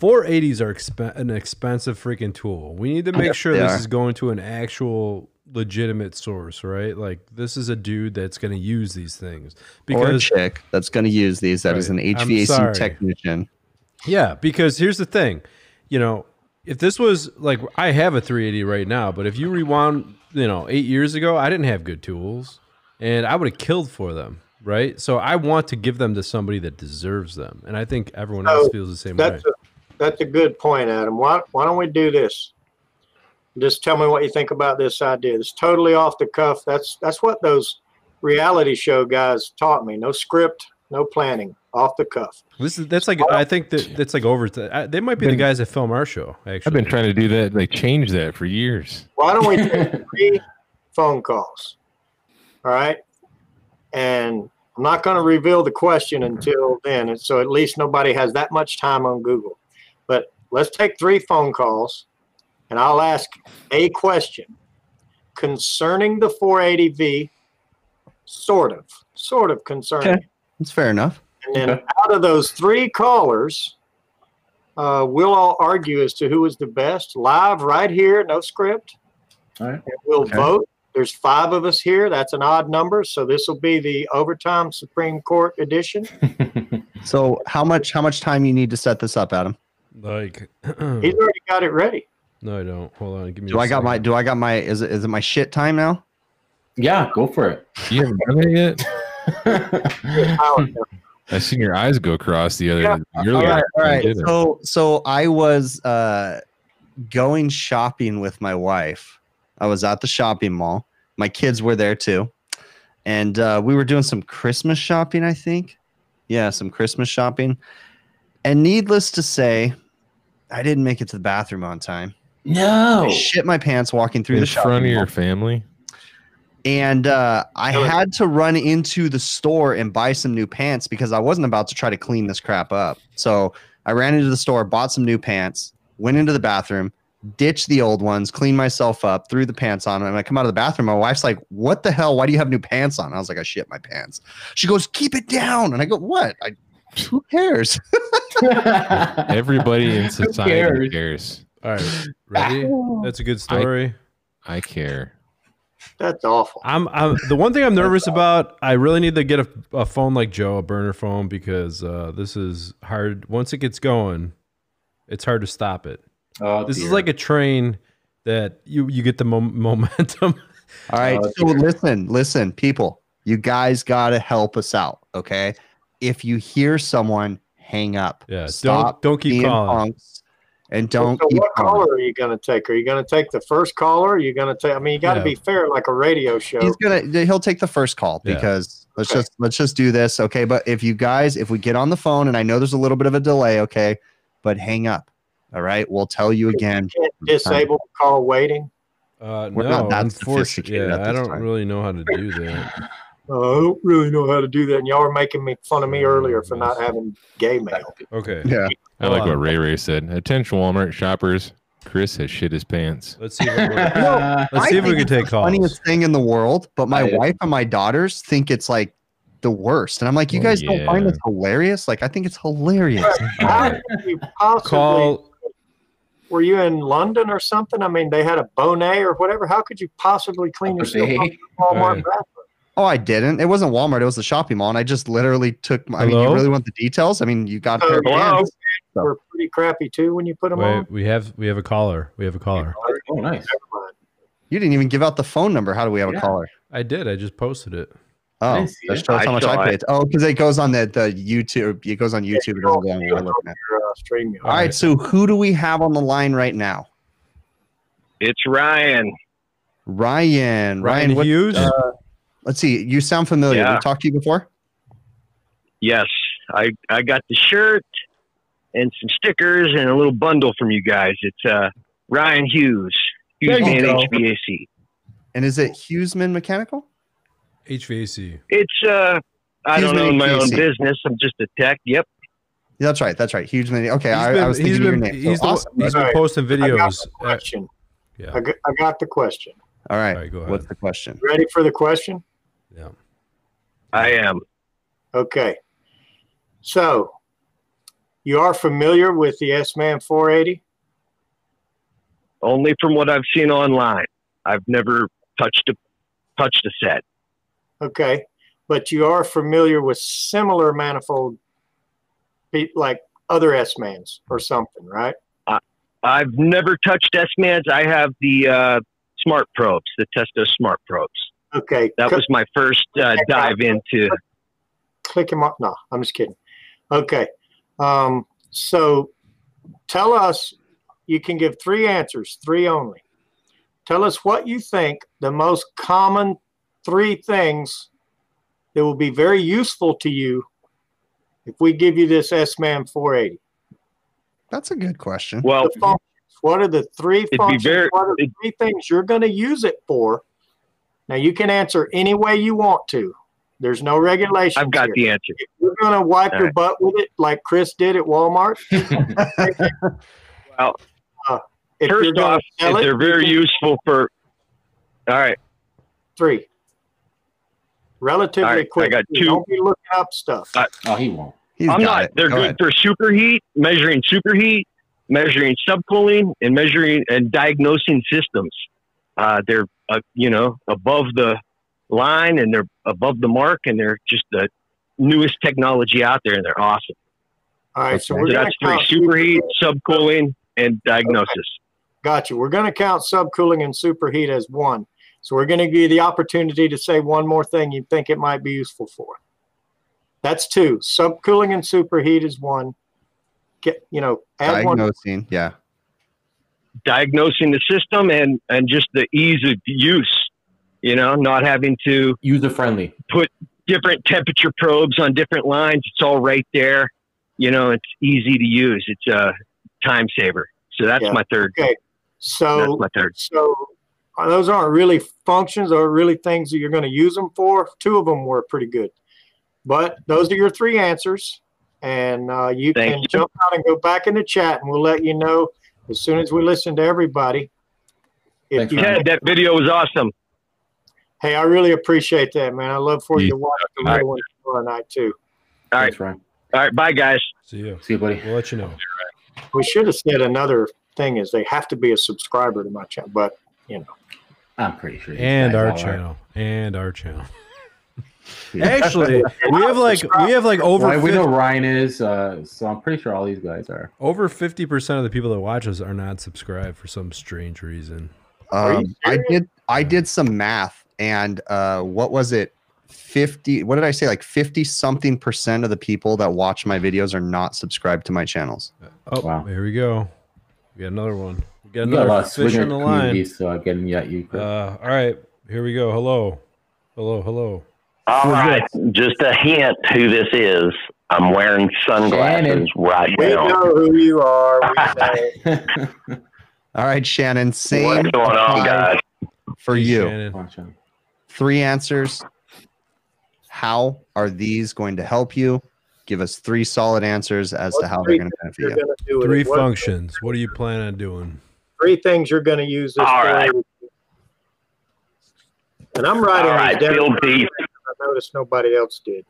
S4: 480s are exp- an expensive freaking tool. We need to make
S2: Yes,
S4: sure
S2: they
S4: this
S2: are.
S4: is going to an actual legitimate source, right? Like this is a dude that's going to use these things
S2: Or a
S4: because
S2: chick that's going to use these that is
S4: Right. I'm
S2: an HVAC
S4: sorry.
S2: technician.
S4: Yeah, because here's the thing, you know, if this was like I have a 380 right now, but if you rewound, you know, eight years ago, I didn't have good tools, and I would have killed for them, right? So I want to give them to somebody that deserves them, and I think everyone else
S5: So,
S4: feels the same way.
S5: Oh, That's a, that's a good point, Adam. Why, why don't we do this? Just tell me what you think about this idea. It's totally off the cuff. That's that's what those reality show guys taught me. No script, no planning, off the cuff.
S4: This is that's like I think that that's like over. To, I, they might be the guys that film our show. Actually,
S1: I've been trying to do that. They changed that for years.
S5: Why don't we take three phone calls? All right. And I'm not going to reveal the question until then. And so at least nobody has that much time on Google. But let's take three phone calls and I'll ask a question concerning the 480V, sort of, sort of concerning.
S2: Okay. That's fair enough.
S5: And then out of those three callers, uh, we'll all argue as to who is the best live right here, no script.
S3: All right.
S5: And we'll
S2: Okay.
S5: vote. There's five of us here. That's an odd number. So this will be the overtime Supreme Court edition.
S2: So how much how much time you need to set this up, Adam?
S4: like,
S5: He's already got it ready.
S4: no, I don't. Hold on, give me.
S2: Do
S4: I
S2: I got my do I got my is it is it my shit time now?
S3: yeah, go for it.
S1: You haven't done that yet?
S2: Hmm.
S5: Hour.
S1: I seen your eyes go across the other.
S5: Yeah.
S1: year
S2: All
S1: ago.
S2: right, all
S1: You
S2: right.
S1: did it.
S2: So, so I was uh, going shopping with my wife. I was at the shopping mall. My kids were there too, and uh, we were doing some Christmas shopping. I think, yeah, some Christmas shopping. And needless to say, I didn't make it to the bathroom on time.
S3: No.
S2: I shit my pants walking through
S1: in
S2: the
S1: front
S2: shopping
S1: of
S2: mall
S1: your family.
S2: and uh, I
S5: Really?
S2: had to run into the store and buy some new pants because I wasn't about to try to clean this crap up. So I ran into the store, bought some new pants, went into the bathroom, ditched the old ones, cleaned myself up, threw the pants on, and I come out of the bathroom. My wife's like, "What the hell? Why do you have new pants on?" I was like, "I shit my pants." She goes, "Keep it down," and I go, "What? I, who cares?"
S1: Everybody in society cares?
S3: cares?
S4: All right, ready? That's a good story.
S1: I care.
S5: That's awful.
S4: I'm, I'm the one thing I'm nervous about. I really need to get a, a phone like Joe, a burner phone, because uh, this is hard. Once it gets going, it's hard to stop it.
S3: Oh,
S4: This is
S3: dear.
S4: like a train that you you get the mo- momentum.
S2: All right.
S3: Oh,
S2: so listen, listen, people, you guys got to help us out. Okay. If you hear someone, hang up.
S4: Yeah,
S2: Stop
S4: don't don't keep
S2: being
S4: calling.
S2: punks and don't
S5: so
S2: keep
S5: what
S2: calling.
S5: caller are you going to take? Are you going to take the first caller? Are you going to take? I mean, you got to
S4: Yeah.
S5: be fair, like a radio show.
S2: He's gonna he'll take the first call
S4: Yeah.
S2: because let's
S5: Okay.
S2: just let's just do this. Okay. But if you guys, if we get on the phone and I know there's a little bit of a delay, okay, but hang up. All right. We'll tell you again.
S5: Can't disable call waiting.
S4: Uh,
S2: We're not
S4: no,
S2: that
S4: unfortunately,
S2: sophisticated at
S4: yeah, I
S2: this
S4: don't
S2: time.
S4: really know how to do that.
S5: Oh, I don't really know how to do that. And y'all are making me fun of me earlier for not having gay mail.
S4: Okay,
S2: Yeah.
S1: I like
S4: Hold
S1: what
S4: on.
S1: Ray Ray said. Attention, Walmart shoppers. Chris has shit his pants.
S4: let's see. If we can- let's
S2: I
S4: see if we
S2: think
S4: can
S2: it's the
S4: take calls.
S2: Funniest thing in the world, but my
S3: I-
S2: wife and my daughters think it's like the worst. And I'm like, you
S1: Oh,
S2: guys don't find
S1: yeah.
S2: this hilarious? Like, I think it's hilarious.
S5: How could you possibly?
S4: Call
S5: Were you in London or something? I mean, they had a bonnet or whatever. How could you possibly clean yourself up in a Walmart
S4: Right.
S5: bathroom?
S2: Oh, I didn't. It wasn't Walmart. It was the shopping mall, and I just literally took. My, I mean, you
S4: Hello?
S2: really want the details? I mean, you got a pair of
S5: Oh, wow.
S2: pants.
S5: Were pretty crappy too when you put them on.
S4: Wait, we have we have a caller. We have a caller.
S3: Oh, nice.
S5: Never mind.
S2: You didn't even give out the phone number. How do we have
S3: Yeah.
S2: a caller?
S4: I did. I just posted it.
S2: Oh,
S3: didn't
S2: that
S3: see
S2: shows
S3: it.
S2: how
S7: I
S2: much
S7: saw
S2: I
S7: it.
S2: paid. Oh, because it goes on the, the YouTube. It goes on YouTube. It doesn't go on what we're looking at.
S5: Your, uh, stream yard.
S2: All right. So who do we have on the line right now?
S7: It's Ryan.
S2: Ryan.
S4: Ryan,
S2: Ryan. What,
S4: Hughes.
S2: uh, let's see. You sound familiar.
S7: Yeah.
S2: We talked to you before.
S7: Yes, I I got the shirt and some stickers and a little bundle from you guys. It's uh, Ryan Hughes,
S5: There
S7: Hughes
S5: you
S7: Man
S5: go.
S7: HVAC.
S2: And is it Hughesman Mechanical?
S4: HVAC.
S7: It's uh, I
S2: Hughes
S7: don't
S2: Man
S7: own my own
S2: HVAC.
S7: business. I'm just a tech. Yep.
S2: Yeah, that's right. That's right. Hughesman. Okay.
S4: He's
S2: I, I was
S4: he's
S2: thinking
S4: been,
S2: of your name. So
S4: he's the-
S2: awesome.
S4: he's been
S5: Alright.
S4: posting
S5: I got
S4: videos.
S5: the
S4: Uh,
S5: question.
S4: yeah.
S5: I, got, I got the question.
S2: All right.
S4: All right, go ahead.
S2: What's the question?
S5: Ready for the question?
S4: yeah.
S7: I am.
S5: Okay. So, you are familiar with the S Man 480?
S7: Only from what I've seen online. I've never touched a touched a set.
S5: Okay. But you are familiar with similar manifold, be- like other S Mans or something, right?
S7: I've never touched S Mans. I have the uh, smart probes, the Testo smart probes.
S5: Okay.
S7: That
S5: Cl-
S7: was my first uh, dive into.
S5: click him up. No, I'm just kidding. Okay. Um, so, tell us, you can give three answers, three only. Tell us what you think the most common three things that will be very useful to you if we give you this S Man 480.
S2: That's a good question.
S7: Well,
S5: the functions. What are the three
S7: Oh. be
S5: functions?
S7: very-
S5: what are the
S7: it-
S5: three things you're going to use it for? Now you can answer any way you want to. There's no regulations.
S7: I've got
S5: here.
S7: the answer.
S5: If You're going to wipe
S7: All
S5: your
S7: right.
S5: butt with it like Chris did at Walmart.
S7: Well,
S5: Uh, if you're
S7: First
S5: gonna
S7: off,
S5: sell
S7: if
S5: it,
S7: they're very useful for. All right,
S5: three. Relatively
S7: All right, I
S5: quick.
S7: got two.
S5: Don't be looking up stuff.
S7: Uh,
S3: Oh, he won't.
S2: He's
S7: I'm
S2: got
S7: not.
S2: it.
S7: They're
S2: Go
S7: good
S2: ahead.
S7: for superheat, measuring superheat, measuring subcooling, and measuring and diagnosing systems. Uh, they're uh, you know above the line and they're above the mark and they're just the newest technology out there and they're awesome.
S5: All right, so
S2: okay.
S5: we're
S7: So
S5: gonna
S7: that's three:
S5: count
S7: superheat, subcooling, and diagnosis.
S5: Gotcha. We're going to count subcooling and superheat as one. So we're going to give you the opportunity to say one more thing you think it might be useful for. That's two. Subcooling and superheat is one. Get you know add one.
S2: Diagnosing. Yeah.
S7: Diagnosing the system and and just the ease of use. You know, not having to
S3: User friendly.
S7: different temperature probes on different lines. It's all right there. You know, it's easy to use. It's a time saver. So that's
S5: Yeah.
S7: my third. That's
S5: So
S7: my third.
S5: so uh, those aren't really functions or really things that you're going to use them for. Two of them were pretty good, but those are your three answers, and uh, you
S7: Thank
S5: can
S7: you.
S5: jump out and go back in the chat, and we'll let you know as soon as we listen to everybody. If
S3: Thanks,
S5: you
S3: Ryan.
S7: Ted, that video was awesome.
S5: Hey, I really appreciate that, man. I love for you
S1: Yeah.
S5: to watch the
S7: All right.
S5: little one tomorrow night too.
S7: All right.
S3: Thanks, Ryan.
S7: All right. Bye, guys.
S4: See you.
S3: See you, buddy.
S4: We'll let you know.
S5: We should have said another thing is they have to be a subscriber to my channel, but
S3: I'm pretty sure. these
S4: And
S3: guys
S4: our
S3: all are.
S4: channel. And our channel.
S3: Yeah.
S4: Actually, we have like we have like over
S3: Well, we
S4: 50
S3: know Ryan is, uh, so I'm pretty sure all these guys are.
S4: Over fifty percent of the people that watch us are not subscribed for some strange reason.
S5: Are you
S2: Um, I
S5: serious?
S2: did. I did some math, and uh, what was it? Fifty. What did I say? Like fifty something percent of the people that watch my videos are not subscribed to my channels.
S4: Oh,
S3: Wow.
S4: here we go. We got another one. We
S3: You
S4: got
S3: got a
S4: another
S3: lot of
S4: fish
S3: swinger
S4: on the line.
S3: communities, so I'm getting at you. Chris.
S4: Uh, all right, here we go. Hello, hello, hello.
S6: All right, just a hint who this is. I'm wearing sunglasses
S3: Shannon.
S6: right
S5: we
S6: now.
S5: know who you are. We know.
S2: All right, Shannon. Same
S6: What's going on,
S2: applies
S6: guys?
S2: for you.
S4: Shannon.
S3: Watch him.
S2: Three answers. How are these going to help you? Give us three solid answers as to
S5: What
S2: how they're
S5: three
S2: going to benefit
S5: you're
S2: you.
S5: gonna do with
S4: Three
S5: it. What-
S4: functions. What do you plan on doing?
S5: Three things you're going to use this.
S6: All
S5: for.
S6: right.
S5: And I'm right
S6: All
S5: on
S6: right,
S5: the
S6: Bill Deep.
S5: I noticed nobody else did.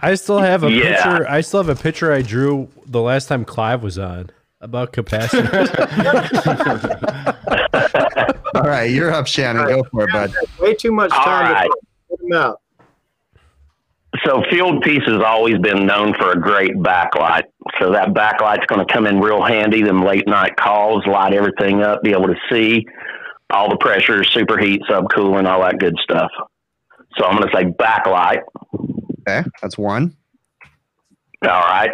S4: I still have a
S6: Yeah.
S4: picture. I still have a picture I drew the last time Clive was on about capacitors.
S2: All right, you're up, Shannon. Go for it, bud.
S5: Way too much
S6: All
S5: time.
S6: right.
S5: To put them out.
S6: So Field Piece has always been known for a great backlight. So that backlight's going to come in real handy. Them late night calls light everything up, be able to see.
S7: all the pressure, superheat, subcooling, all that good stuff. So I'm going to say backlight.
S2: Okay, that's one.
S7: All right.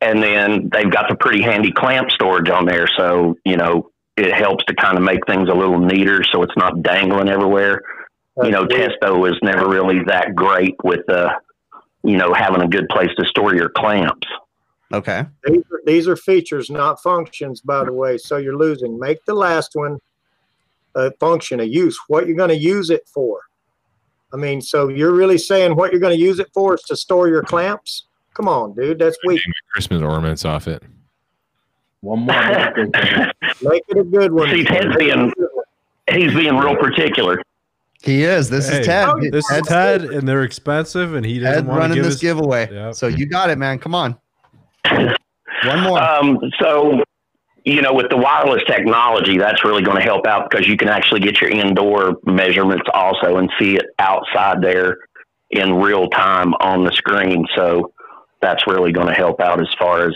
S7: And then they've got the pretty handy clamp storage on there. So, you know, it helps to kind of make things a little neater so it's not dangling everywhere. You know, Testo was never really that great with, uh, you know, having a good place to store your clamps.
S2: Okay.
S5: These are, these are features, not functions, by the way. So you're losing. Make the last one a function, a use. What you're going to use it for? I mean, so you're really saying what you're going to use it for is to store your clamps? Come on, dude. That's weak.
S1: Christmas ornaments off it.
S3: One more. minute.
S5: Make it a good one.
S7: See, Ted's being- He's being real particular.
S2: He is. This
S4: Hey,
S2: is Ted.
S5: oh,
S4: This is
S2: Ted's-
S4: Ted, and they're expensive, and he doesn't
S2: Ted
S4: want to
S2: running
S4: give
S2: this
S4: us.
S2: giveaway.
S4: Yep.
S2: So you got it, man. Come on. One more.
S7: Um, so, you know, with the wireless technology, that's really going to help out because you can actually get your indoor measurements also and see it outside there in real time on the screen. So that's really going to help out as far as,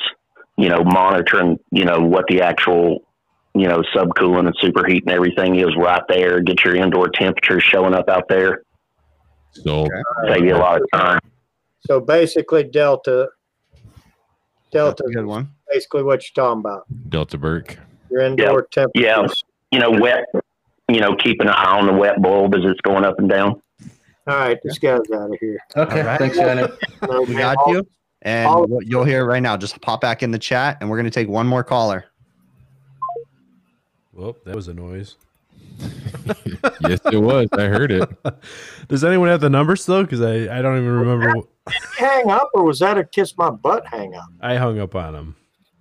S7: you know, monitoring, you know, what the actual, you know, subcooling and superheat and everything is right there. Get your indoor temperatures showing up out there.
S1: Sold.
S7: Save you a lot of time.
S5: So basically, Delta.
S2: That's
S5: Delta
S2: a
S5: is
S2: good one.
S5: basically what you're talking about.
S1: Delta Burke.
S5: Your indoor temperatures.
S7: You know, wet, you know, keeping an eye on the wet bulb as it's going up and down.
S5: All right, this guy's out of here.
S6: Okay,
S2: All right.
S6: thanks, Shannon.
S2: We got you. And
S5: all-
S2: what you'll hear right now. Just pop back in the chat, and we're going to take one more caller.
S4: Whoop, that was a noise.
S1: yes, it was. I heard it.
S4: Does anyone have the number still? Because I, I don't even remember. What,
S5: Hang up, or was that a kiss my butt hang up?
S4: I hung up on him.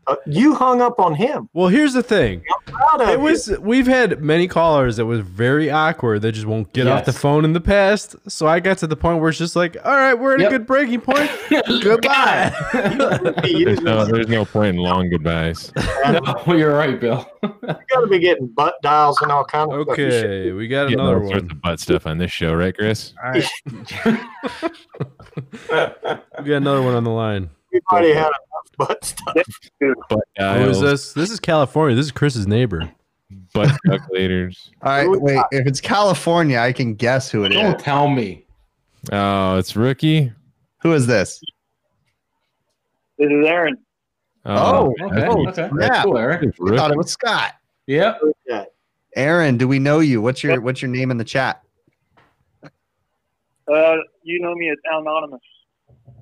S5: Uh, you hung up on him.
S4: Well, here's the thing.
S5: Proud of
S4: It was we've had many callers that was very awkward. They just won't get off the
S6: Yes.
S4: phone in the past. So I got to the point where it's just like, all right, we're at
S6: Yep.
S4: a good breaking point. Goodbye.
S5: you.
S1: There's no, there's no point in long goodbyes.
S6: no, you're right, Bill.
S5: got to be getting butt dials and all kinds of stuff. You should-
S4: okay, we got
S1: Getting
S4: another
S1: all sorts
S4: one.
S1: of butt stuff on this show, right, Chris?
S4: We got another one on the line.
S5: We've already had enough butt stuff.
S1: Butt
S4: Who
S1: dials,
S4: is this? This is California. This is Chris's neighbor.
S1: butt calculators.
S2: All right, wait. If it's California, I can guess who it is.
S6: Don't tell me.
S1: Oh, it's rookie.
S2: Who is this?
S8: This is Aaron.
S2: Oh,
S6: Okay,
S1: Matthew.
S6: okay.
S2: Yeah.
S6: That's cool, Eric.
S1: It's
S2: I
S1: Rookie.
S2: thought it was Scott.
S6: Yep.
S3: Oh,
S5: Yeah.
S2: Aaron, do we know you? What's your What's your name in the chat?
S8: Uh, you know me as Anonymous.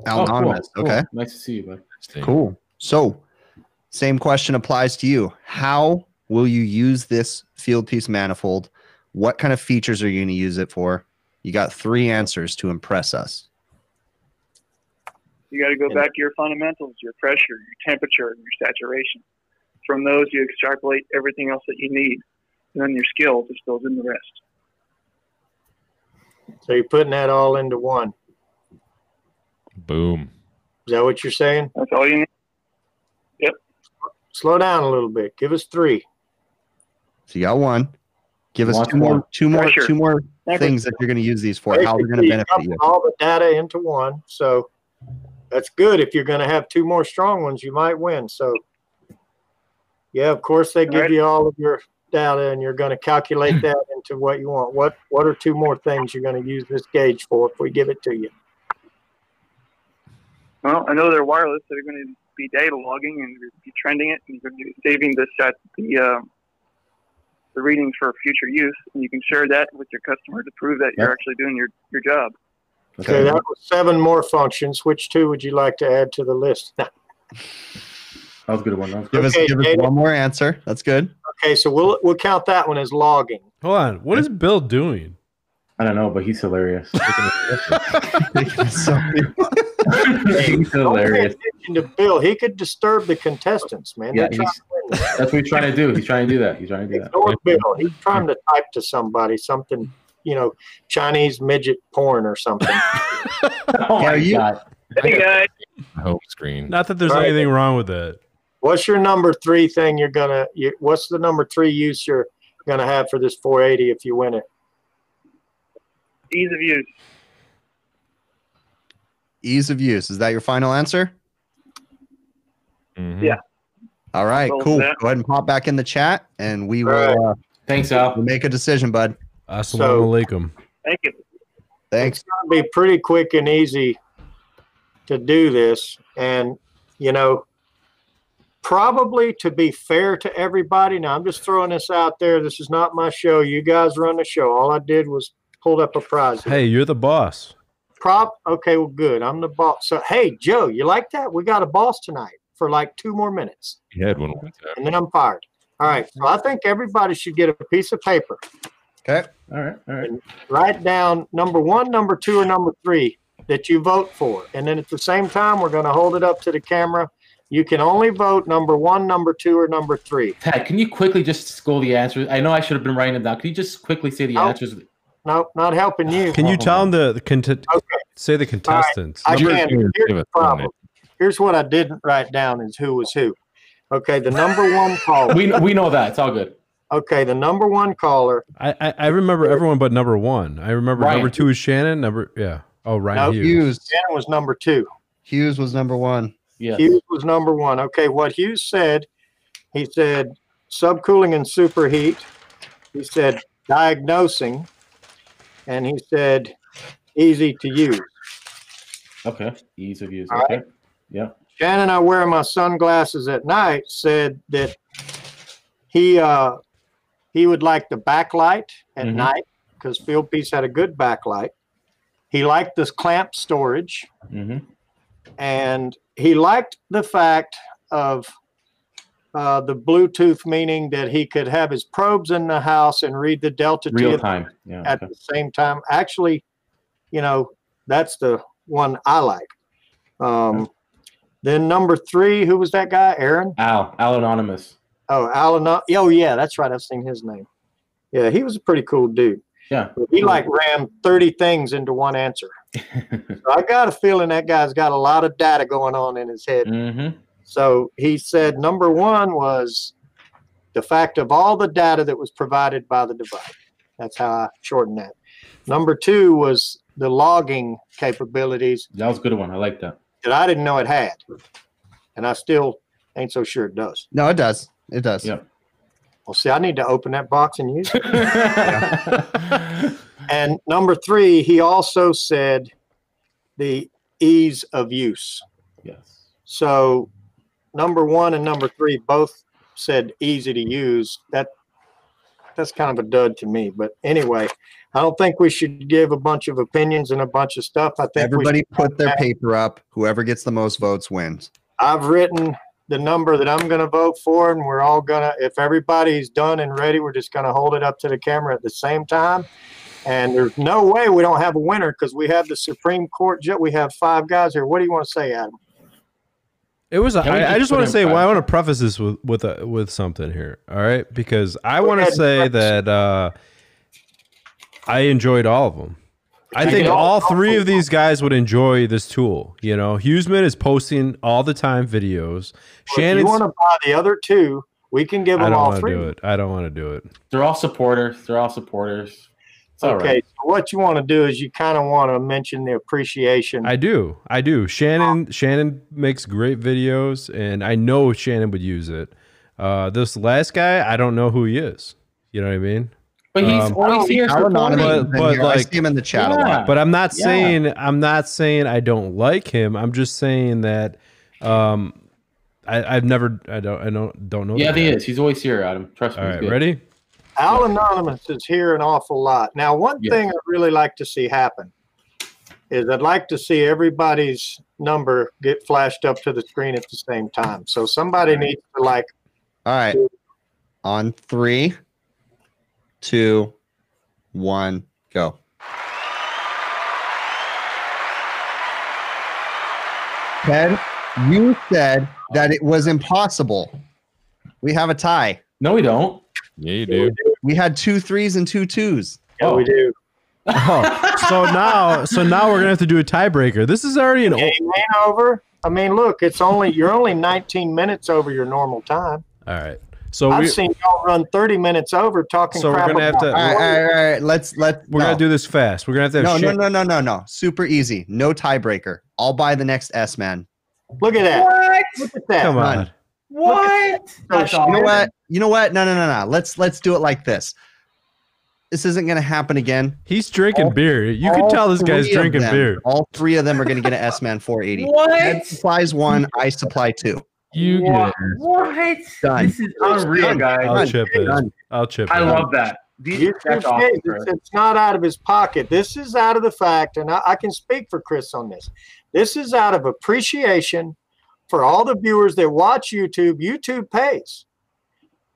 S6: Oh, cool,
S2: Anonymous.
S6: cool.
S2: Okay.
S6: Nice to see you, bud.
S2: Cool. So, same question applies to you. How will you use this field piece manifold? What kind of features are you going to use it for? You got three answers to impress us.
S8: You got to go back to your fundamentals, your pressure, your temperature, and your saturation. From those, you extrapolate everything else that you need. And then your skill just fills in the rest.
S5: So you're putting that all into one.
S1: Boom.
S5: Is that what you're saying?
S8: That's all you need.
S5: Slow down a little bit. Give us three.
S2: So you got one. Give us
S6: Want
S2: two more,
S6: one.
S2: two more,
S8: Pressure.
S2: two more
S8: Never-
S2: things that you're going to use these for. How they're going to
S5: Basically,
S2: benefit
S5: dump
S2: you.
S5: All the data into one. So that's good. If you're going to have two more strong ones, you might win. So yeah, of course they give
S8: Alright.
S5: you all of your data, and you're going to calculate that into what you want. What What are two more things you're going to use this gauge for if we give it to you?
S8: Well, I know they're wireless, so you're going to be data logging and you're be trending it, and you're going to be saving the set the uh, the readings for future use, and you can share that with your customer to prove that you're actually doing your, your job.
S5: Okay, that was seven more functions. Which two would you like to add to the list?
S6: That was a good one. That was good.
S2: Give us,
S5: Okay,
S2: give us
S5: David.
S2: one more answer. That's good.
S5: Okay, so we'll we'll count that one as logging.
S4: Hold on. What is Bill doing?
S6: I don't know, but he's hilarious.
S2: so,
S6: he's
S5: Don't pay
S6: hilarious.
S5: attention to Bill. He could disturb the contestants, man.
S6: Yeah,
S5: They're trying
S6: he's-
S5: to win.
S6: That's what he's trying to do. He's trying to do that. He's trying to do that.
S5: Ignore Bill. He's trying to type to somebody something, you know, Chinese midget porn or something.
S6: Oh
S2: Are
S6: my
S2: you-
S6: god.
S8: Hey guys,
S1: Home screen.
S4: Not that there's
S5: All right.
S4: anything wrong with that.
S5: what's your number three thing you're gonna? You, what's the number three use you're gonna have for this 480 if you win it?
S8: ease of use.
S2: ease of use. Is that your final answer?
S1: Mhm.
S8: Yeah.
S2: All right,
S8: Go with
S1: Mm-hmm.
S2: cool.
S8: that.
S2: Go ahead and pop back in the chat, and we
S5: All
S2: will uh,
S3: Thanks, Al.
S2: We'll make a decision, bud.
S4: Assalamu alaikum.
S8: Thank you.
S2: Thanks.
S5: It's going to be pretty quick and easy to do this. And, you know, probably to be fair to everybody, now I'm just throwing this out there. This is not my show. You guys run the show. All I did was pulled up a prize.
S4: Hey, you're the boss.
S5: Prop. Okay, well, good. I'm the boss. So, hey, Joe, you like that? We got a boss tonight for like two more minutes,
S1: He had one. one time.
S5: and then I'm fired. All right. So I think everybody should get a piece of paper.
S2: Okay.
S6: All right, all right.
S5: write down number one, number two, or number three that you vote for. And then at the same time, we're going to hold it up to the camera. You can only vote number one, number two, or number three.
S6: Pat, can you quickly just scroll the answers? I know I should have been writing them down. Can you just quickly say the
S5: Oh.
S6: answers?
S5: Nope, not helping you.
S4: Can you tell them the, the cont-
S5: Oh. Okay,
S4: say the contestants?
S5: I
S1: Number
S5: can.
S1: two,
S5: Here's
S1: give
S5: the
S1: it one
S5: problem. Here's what I didn't write down is who was who. Okay, the number one caller.
S6: We we know that. It's all good.
S5: Okay, the number one caller.
S4: I, I, I remember everyone but number one. I remember
S6: Ryan.
S4: number two is Shannon. Number yeah. Oh Ryan
S5: No,
S4: Hughes.
S2: Hughes.
S5: Shannon was number two.
S2: Hughes was number one.
S6: Yeah.
S5: Hughes was number one. Okay, what Hughes said, he said subcooling and superheat. He said diagnosing, and he said easy to use.
S6: Okay. Ease of use.
S5: All
S6: okay. Yeah.
S5: Shannon, I wear my sunglasses at night, said that he uh, he would like the backlight at
S6: Mhm.
S5: night because Field Piece had a good backlight. He liked this clamp storage.
S6: hmm
S5: and he liked the fact of uh, the Bluetooth, meaning that he could have his probes in the house and read the delta T
S6: Real
S5: at-
S6: time. Yeah.
S5: at
S6: Okay.
S5: the same time. Actually, you know, that's the one I like. Um, then number three, who was that guy? Aaron?
S6: Al. Al Anonymous.
S5: Oh, Alan. Oh, yeah, that's right. I've seen his name. Yeah, he was a pretty cool dude.
S6: Yeah.
S5: But He like rammed 30 things into one answer. So I got a feeling that guy's got a lot of data going on in his head.
S6: hmm
S5: So he said number one was the fact of all the data that was provided by the device. That's how I shortened that. Number two was the logging capabilities
S6: That was a good one. I like that.
S5: that I didn't know it had. And I still ain't so sure it does.
S2: No, it does. It does.
S6: Yeah.
S5: Well, see, I need to open that box and use it.
S6: yeah.
S5: And number three, he also said the ease of use.
S6: Yes.
S5: So number one and number three both said easy to use. That that's kind of a dud to me. But anyway, I don't think we should give a bunch of opinions and a bunch of stuff. I think we
S2: Everybody
S5: should-
S2: put their paper up. Whoever gets the most votes wins.
S5: I've written the number that I'm going to vote for, and we're all gonna. If everybody's done and ready, we're just going to hold it up to the camera at the same time. And there's no way we don't have a winner because we have the Supreme Court. ju- We have five guys here. What do you want to say, Adam?
S4: It was. A,
S6: Can we
S4: I, I
S6: just
S4: just
S6: put
S4: want
S6: in
S4: to say.
S6: five?
S4: Well, I want to preface this with with a, with something here. All right, because I
S5: Go
S4: want to
S5: ahead,
S4: say
S5: preface.
S4: that uh, I enjoyed all of them. I
S5: You
S4: think
S5: did.
S4: all three of these guys would enjoy this tool. You know, Hughesman is posting all the time videos.
S5: If you
S4: Shannon's.
S5: want to buy the other two, we can give
S4: I
S5: them
S4: don't
S5: all
S4: want to
S5: three.
S4: do it. I don't want to do it.
S6: They're all supporters. They're all supporters. It's all
S5: okay,
S6: right.
S5: so what you want to do is you kind of want to mention the appreciation.
S4: I do. I do. Shannon Shannon makes great videos and I know Shannon would use it. Uh, this last guy, I don't know who he is. You know what I mean?
S6: But he's
S4: Um,
S6: always here
S2: Al
S6: supporting.
S2: Anonymous
S4: But-
S2: is in
S4: but
S2: here. I
S4: like-
S2: see him in the chat a lot.
S6: Yeah.
S4: But I'm not
S6: Yeah.
S4: saying I'm not saying I don't like him. I'm just saying that um I, I've never I don't I don't don't know.
S6: yeah,
S4: the
S6: he
S4: guy.
S6: is. He's always here, Adam. Trust me.
S4: Oh, All right,
S6: he's good.
S4: ready?
S5: Al Anonymous is here an awful lot. Now, one
S6: Yeah.
S5: thing I really like to see happen is I'd like to see everybody's number get flashed up to the screen at the same time. So somebody needs to like
S2: All right. On three, two, one, go. Ted, you said that it was impossible. We have a tie.
S6: No, we don't.
S1: Yeah, you do.
S2: We had two threes and two twos.
S5: yeah, we do.
S4: Oh, so now so now we're gonna have to do a tiebreaker. This is already an old
S5: Game ain't over. I mean, look, it's only you're only 19 minutes over your normal time.
S4: all right. So we
S5: I've seen y'all run 30 minutes over talking
S4: So we're
S5: crap
S4: gonna have to-
S5: about
S2: All right, all right, all right. Let's let
S4: we're
S2: no.
S4: gonna do this fast. We're gonna have to have
S2: no, no,
S4: Shan-
S2: no, no, no, no. Super easy. No tiebreaker. I'll buy the next S man.
S5: Look at that. Look at that.
S4: come on.
S2: None. You know what? you know what? No, no, no, no. Let's let's do it like this. This isn't going to happen again.
S4: He's drinking
S2: All-
S4: beer. You
S2: All
S4: can tell this guy's
S2: three of
S4: drinking
S2: them-
S4: beer.
S2: All three of them are going to get an S man 480. Ed
S6: What?
S2: supplies one. I supply two.
S1: You get
S6: What?
S1: it.
S6: What?
S2: Done.
S6: This is unreal,
S2: Done.
S4: I'll
S1: uh,
S6: guys.
S4: chip it.
S2: Done.
S4: I'll chip it.
S6: I love that. These,
S5: You-
S6: that's
S5: it's,
S6: awesome.
S5: it's- it's not out of his pocket. This is out of the fact, and I, I can speak for Chris on this. This is out of appreciation for all the viewers that watch YouTube. YouTube pays.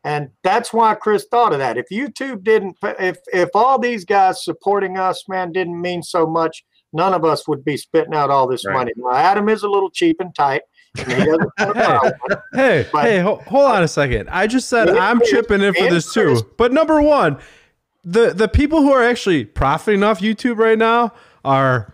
S5: And that's why Chris thought of that. If YouTube didn't, pa- if if all these guys supporting us, man, didn't mean so much, none of us would be spitting out all this
S6: Right.
S5: money. Now, Adam is a little cheap and tight. and he doesn't want to buy one.
S4: Hey,
S5: But-
S4: hey, ho- hold on a second. I just said
S5: It
S4: I'm
S5: is-
S4: chipping in for
S5: it
S4: this
S5: is-
S4: too. But number one, the the people who are actually profiting off YouTube right now are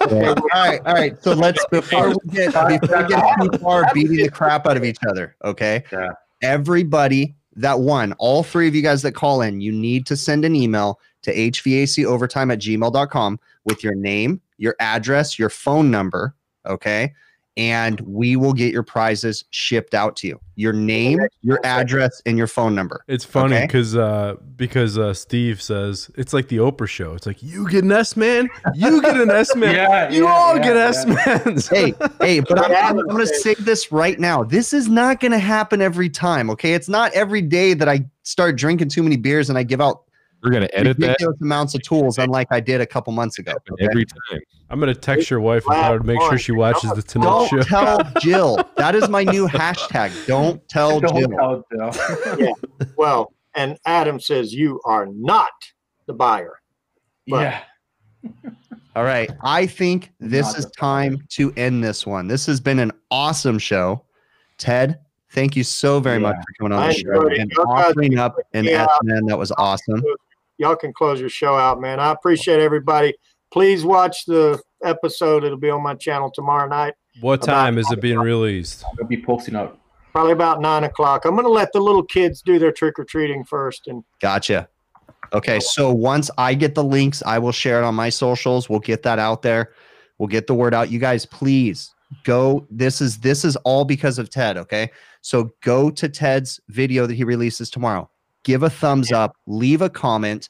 S2: all right, all right. So let's before we get before we get too far beating the crap out of each other. Okay.
S6: Yeah.
S2: Everybody that won, all three of you guys that call in, you need to send an email to hvacovertime at gmail.com with your name, your address, your phone number. Okay. And we will get your prizes shipped out to you. Your name, your address, and your phone number.
S4: it's funny
S2: Okay.
S4: because uh because uh Steve says it's like the Oprah show. It's like you get an S man, you get an S man,
S6: Yeah,
S4: you
S6: yeah,
S4: all
S6: yeah,
S4: get
S6: yeah.
S4: S mans.
S2: hey, hey, but I'm, I'm, I'm going to say this right now. This is not going to happen every time. Okay. It's not every day that I start drinking too many beers and I give out
S1: We're gonna edit that
S2: ridiculous amounts of tools, unlike I did a couple months ago. okay?
S1: every time.
S4: I'm gonna text your wife and tell her to make sure she watches the Tonight
S2: Don't
S4: Show.
S2: tell Jill. That is my new hashtag. Don't tell
S6: Don't
S2: Jill.
S6: tell Jill.
S5: Well, and Adam says you are not the buyer. But-
S6: yeah.
S2: All right. I think this
S6: Not
S2: is
S6: the-
S2: time to end this one. This has been an awesome show. Ted, thank you so very much for coming on
S5: I
S2: the show
S5: enjoyed it.
S2: and
S5: Y'all guys-
S2: offering up an
S5: Yeah.
S2: S-Man that was awesome.
S5: y'all can close your show out, man. I appreciate everybody. Please watch the episode. It'll be on my channel tomorrow night,
S4: What time is it being released?
S6: I'll be posting out.
S5: probably about nine o'clock. I'm going to let the little kids do their trick or treating first. And
S2: Gotcha. Okay, so once I get the links, I will share it on my socials. We'll get that out there. We'll get the word out. You guys, please go. This is this is all because of Ted. Okay, so go to Ted's video that he releases tomorrow. Give a thumbs up. Leave a comment.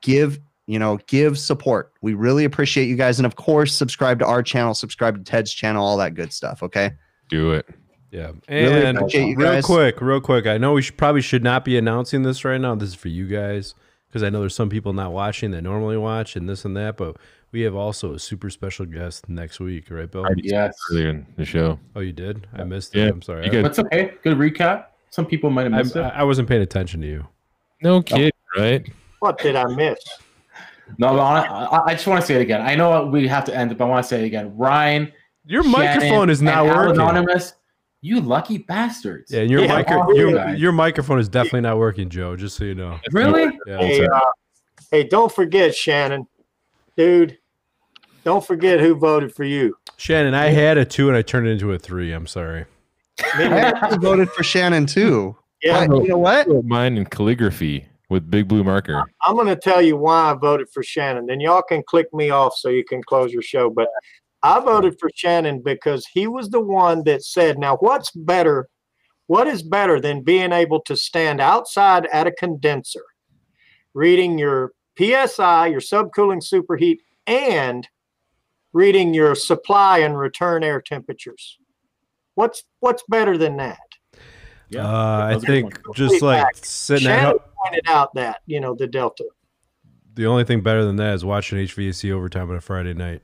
S2: Give you know give support. We really appreciate you guys, and of course, subscribe to our channel. Subscribe to Ted's channel. All that good stuff. Okay.
S1: Do it.
S4: Yeah.
S2: Really
S4: And
S2: appreciate you
S4: real
S2: guys.
S4: quick, real quick. I know we should, probably should not be announcing this right now. This is for you guys because I know there's some people not watching that normally watch and this and that. But we have also a super special guest next week, right, Bill?
S1: already
S6: Yes.
S1: earlier in the show.
S4: Oh, you did? I missed
S1: Yeah.
S4: it. I'm sorry.
S1: You guys-
S6: That's okay. Good recap. Some people might have
S4: I,
S6: missed
S4: I,
S6: it.
S4: I wasn't paying attention to you.
S1: No kid, right?
S5: what did I miss?
S6: No, but I, I- I just want to say it again. I know we have to end it, but I want to say it again. Ryan,
S4: Your
S6: Shannon,
S4: microphone is not
S6: and Al
S4: working.
S6: Anonymous, you lucky bastards.
S4: Yeah, and your,
S5: Yeah,
S4: micro,
S6: all you
S4: your,
S6: guys.
S4: your microphone is definitely not working, Joe, just so you know.
S6: Really?
S4: Yeah.
S5: Hey, uh, hey, don't forget, Shannon, dude. Don't forget who voted for you.
S4: Shannon, I had a two and I turned it into a three. I'm sorry.
S2: I actually voted for Shannon too.
S5: Yeah,
S2: But you know what?
S1: Mine in calligraphy with big blue marker.
S5: I'm going to tell you why I voted for Shannon. Then y'all can click me off so you can close your show. But I voted for Shannon because he was the one that said, now what's better? What is better than being able to stand outside at a condenser, reading your PSI, your subcooling superheat, and reading your supply and return air temperatures? What's what's better than that?
S4: uh,
S6: Yeah,
S4: I
S6: that's a good
S4: think just
S5: Way
S4: like
S5: back.
S4: sitting at home.
S5: Shannon pointed out that, you know, the delta.
S4: The only thing better than that is watching HVAC overtime on a Friday night.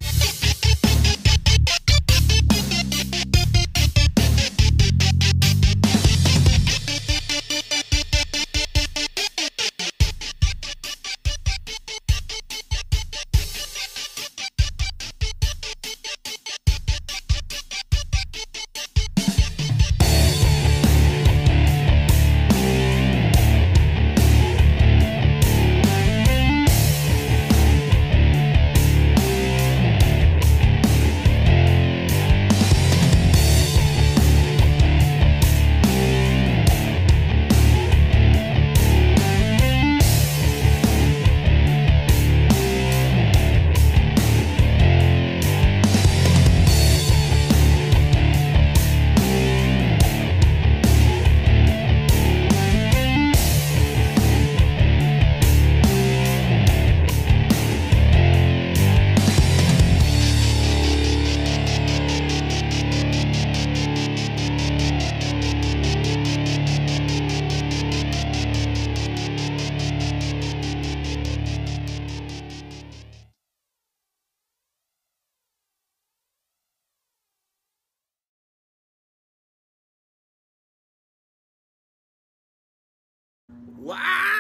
S3: Wow.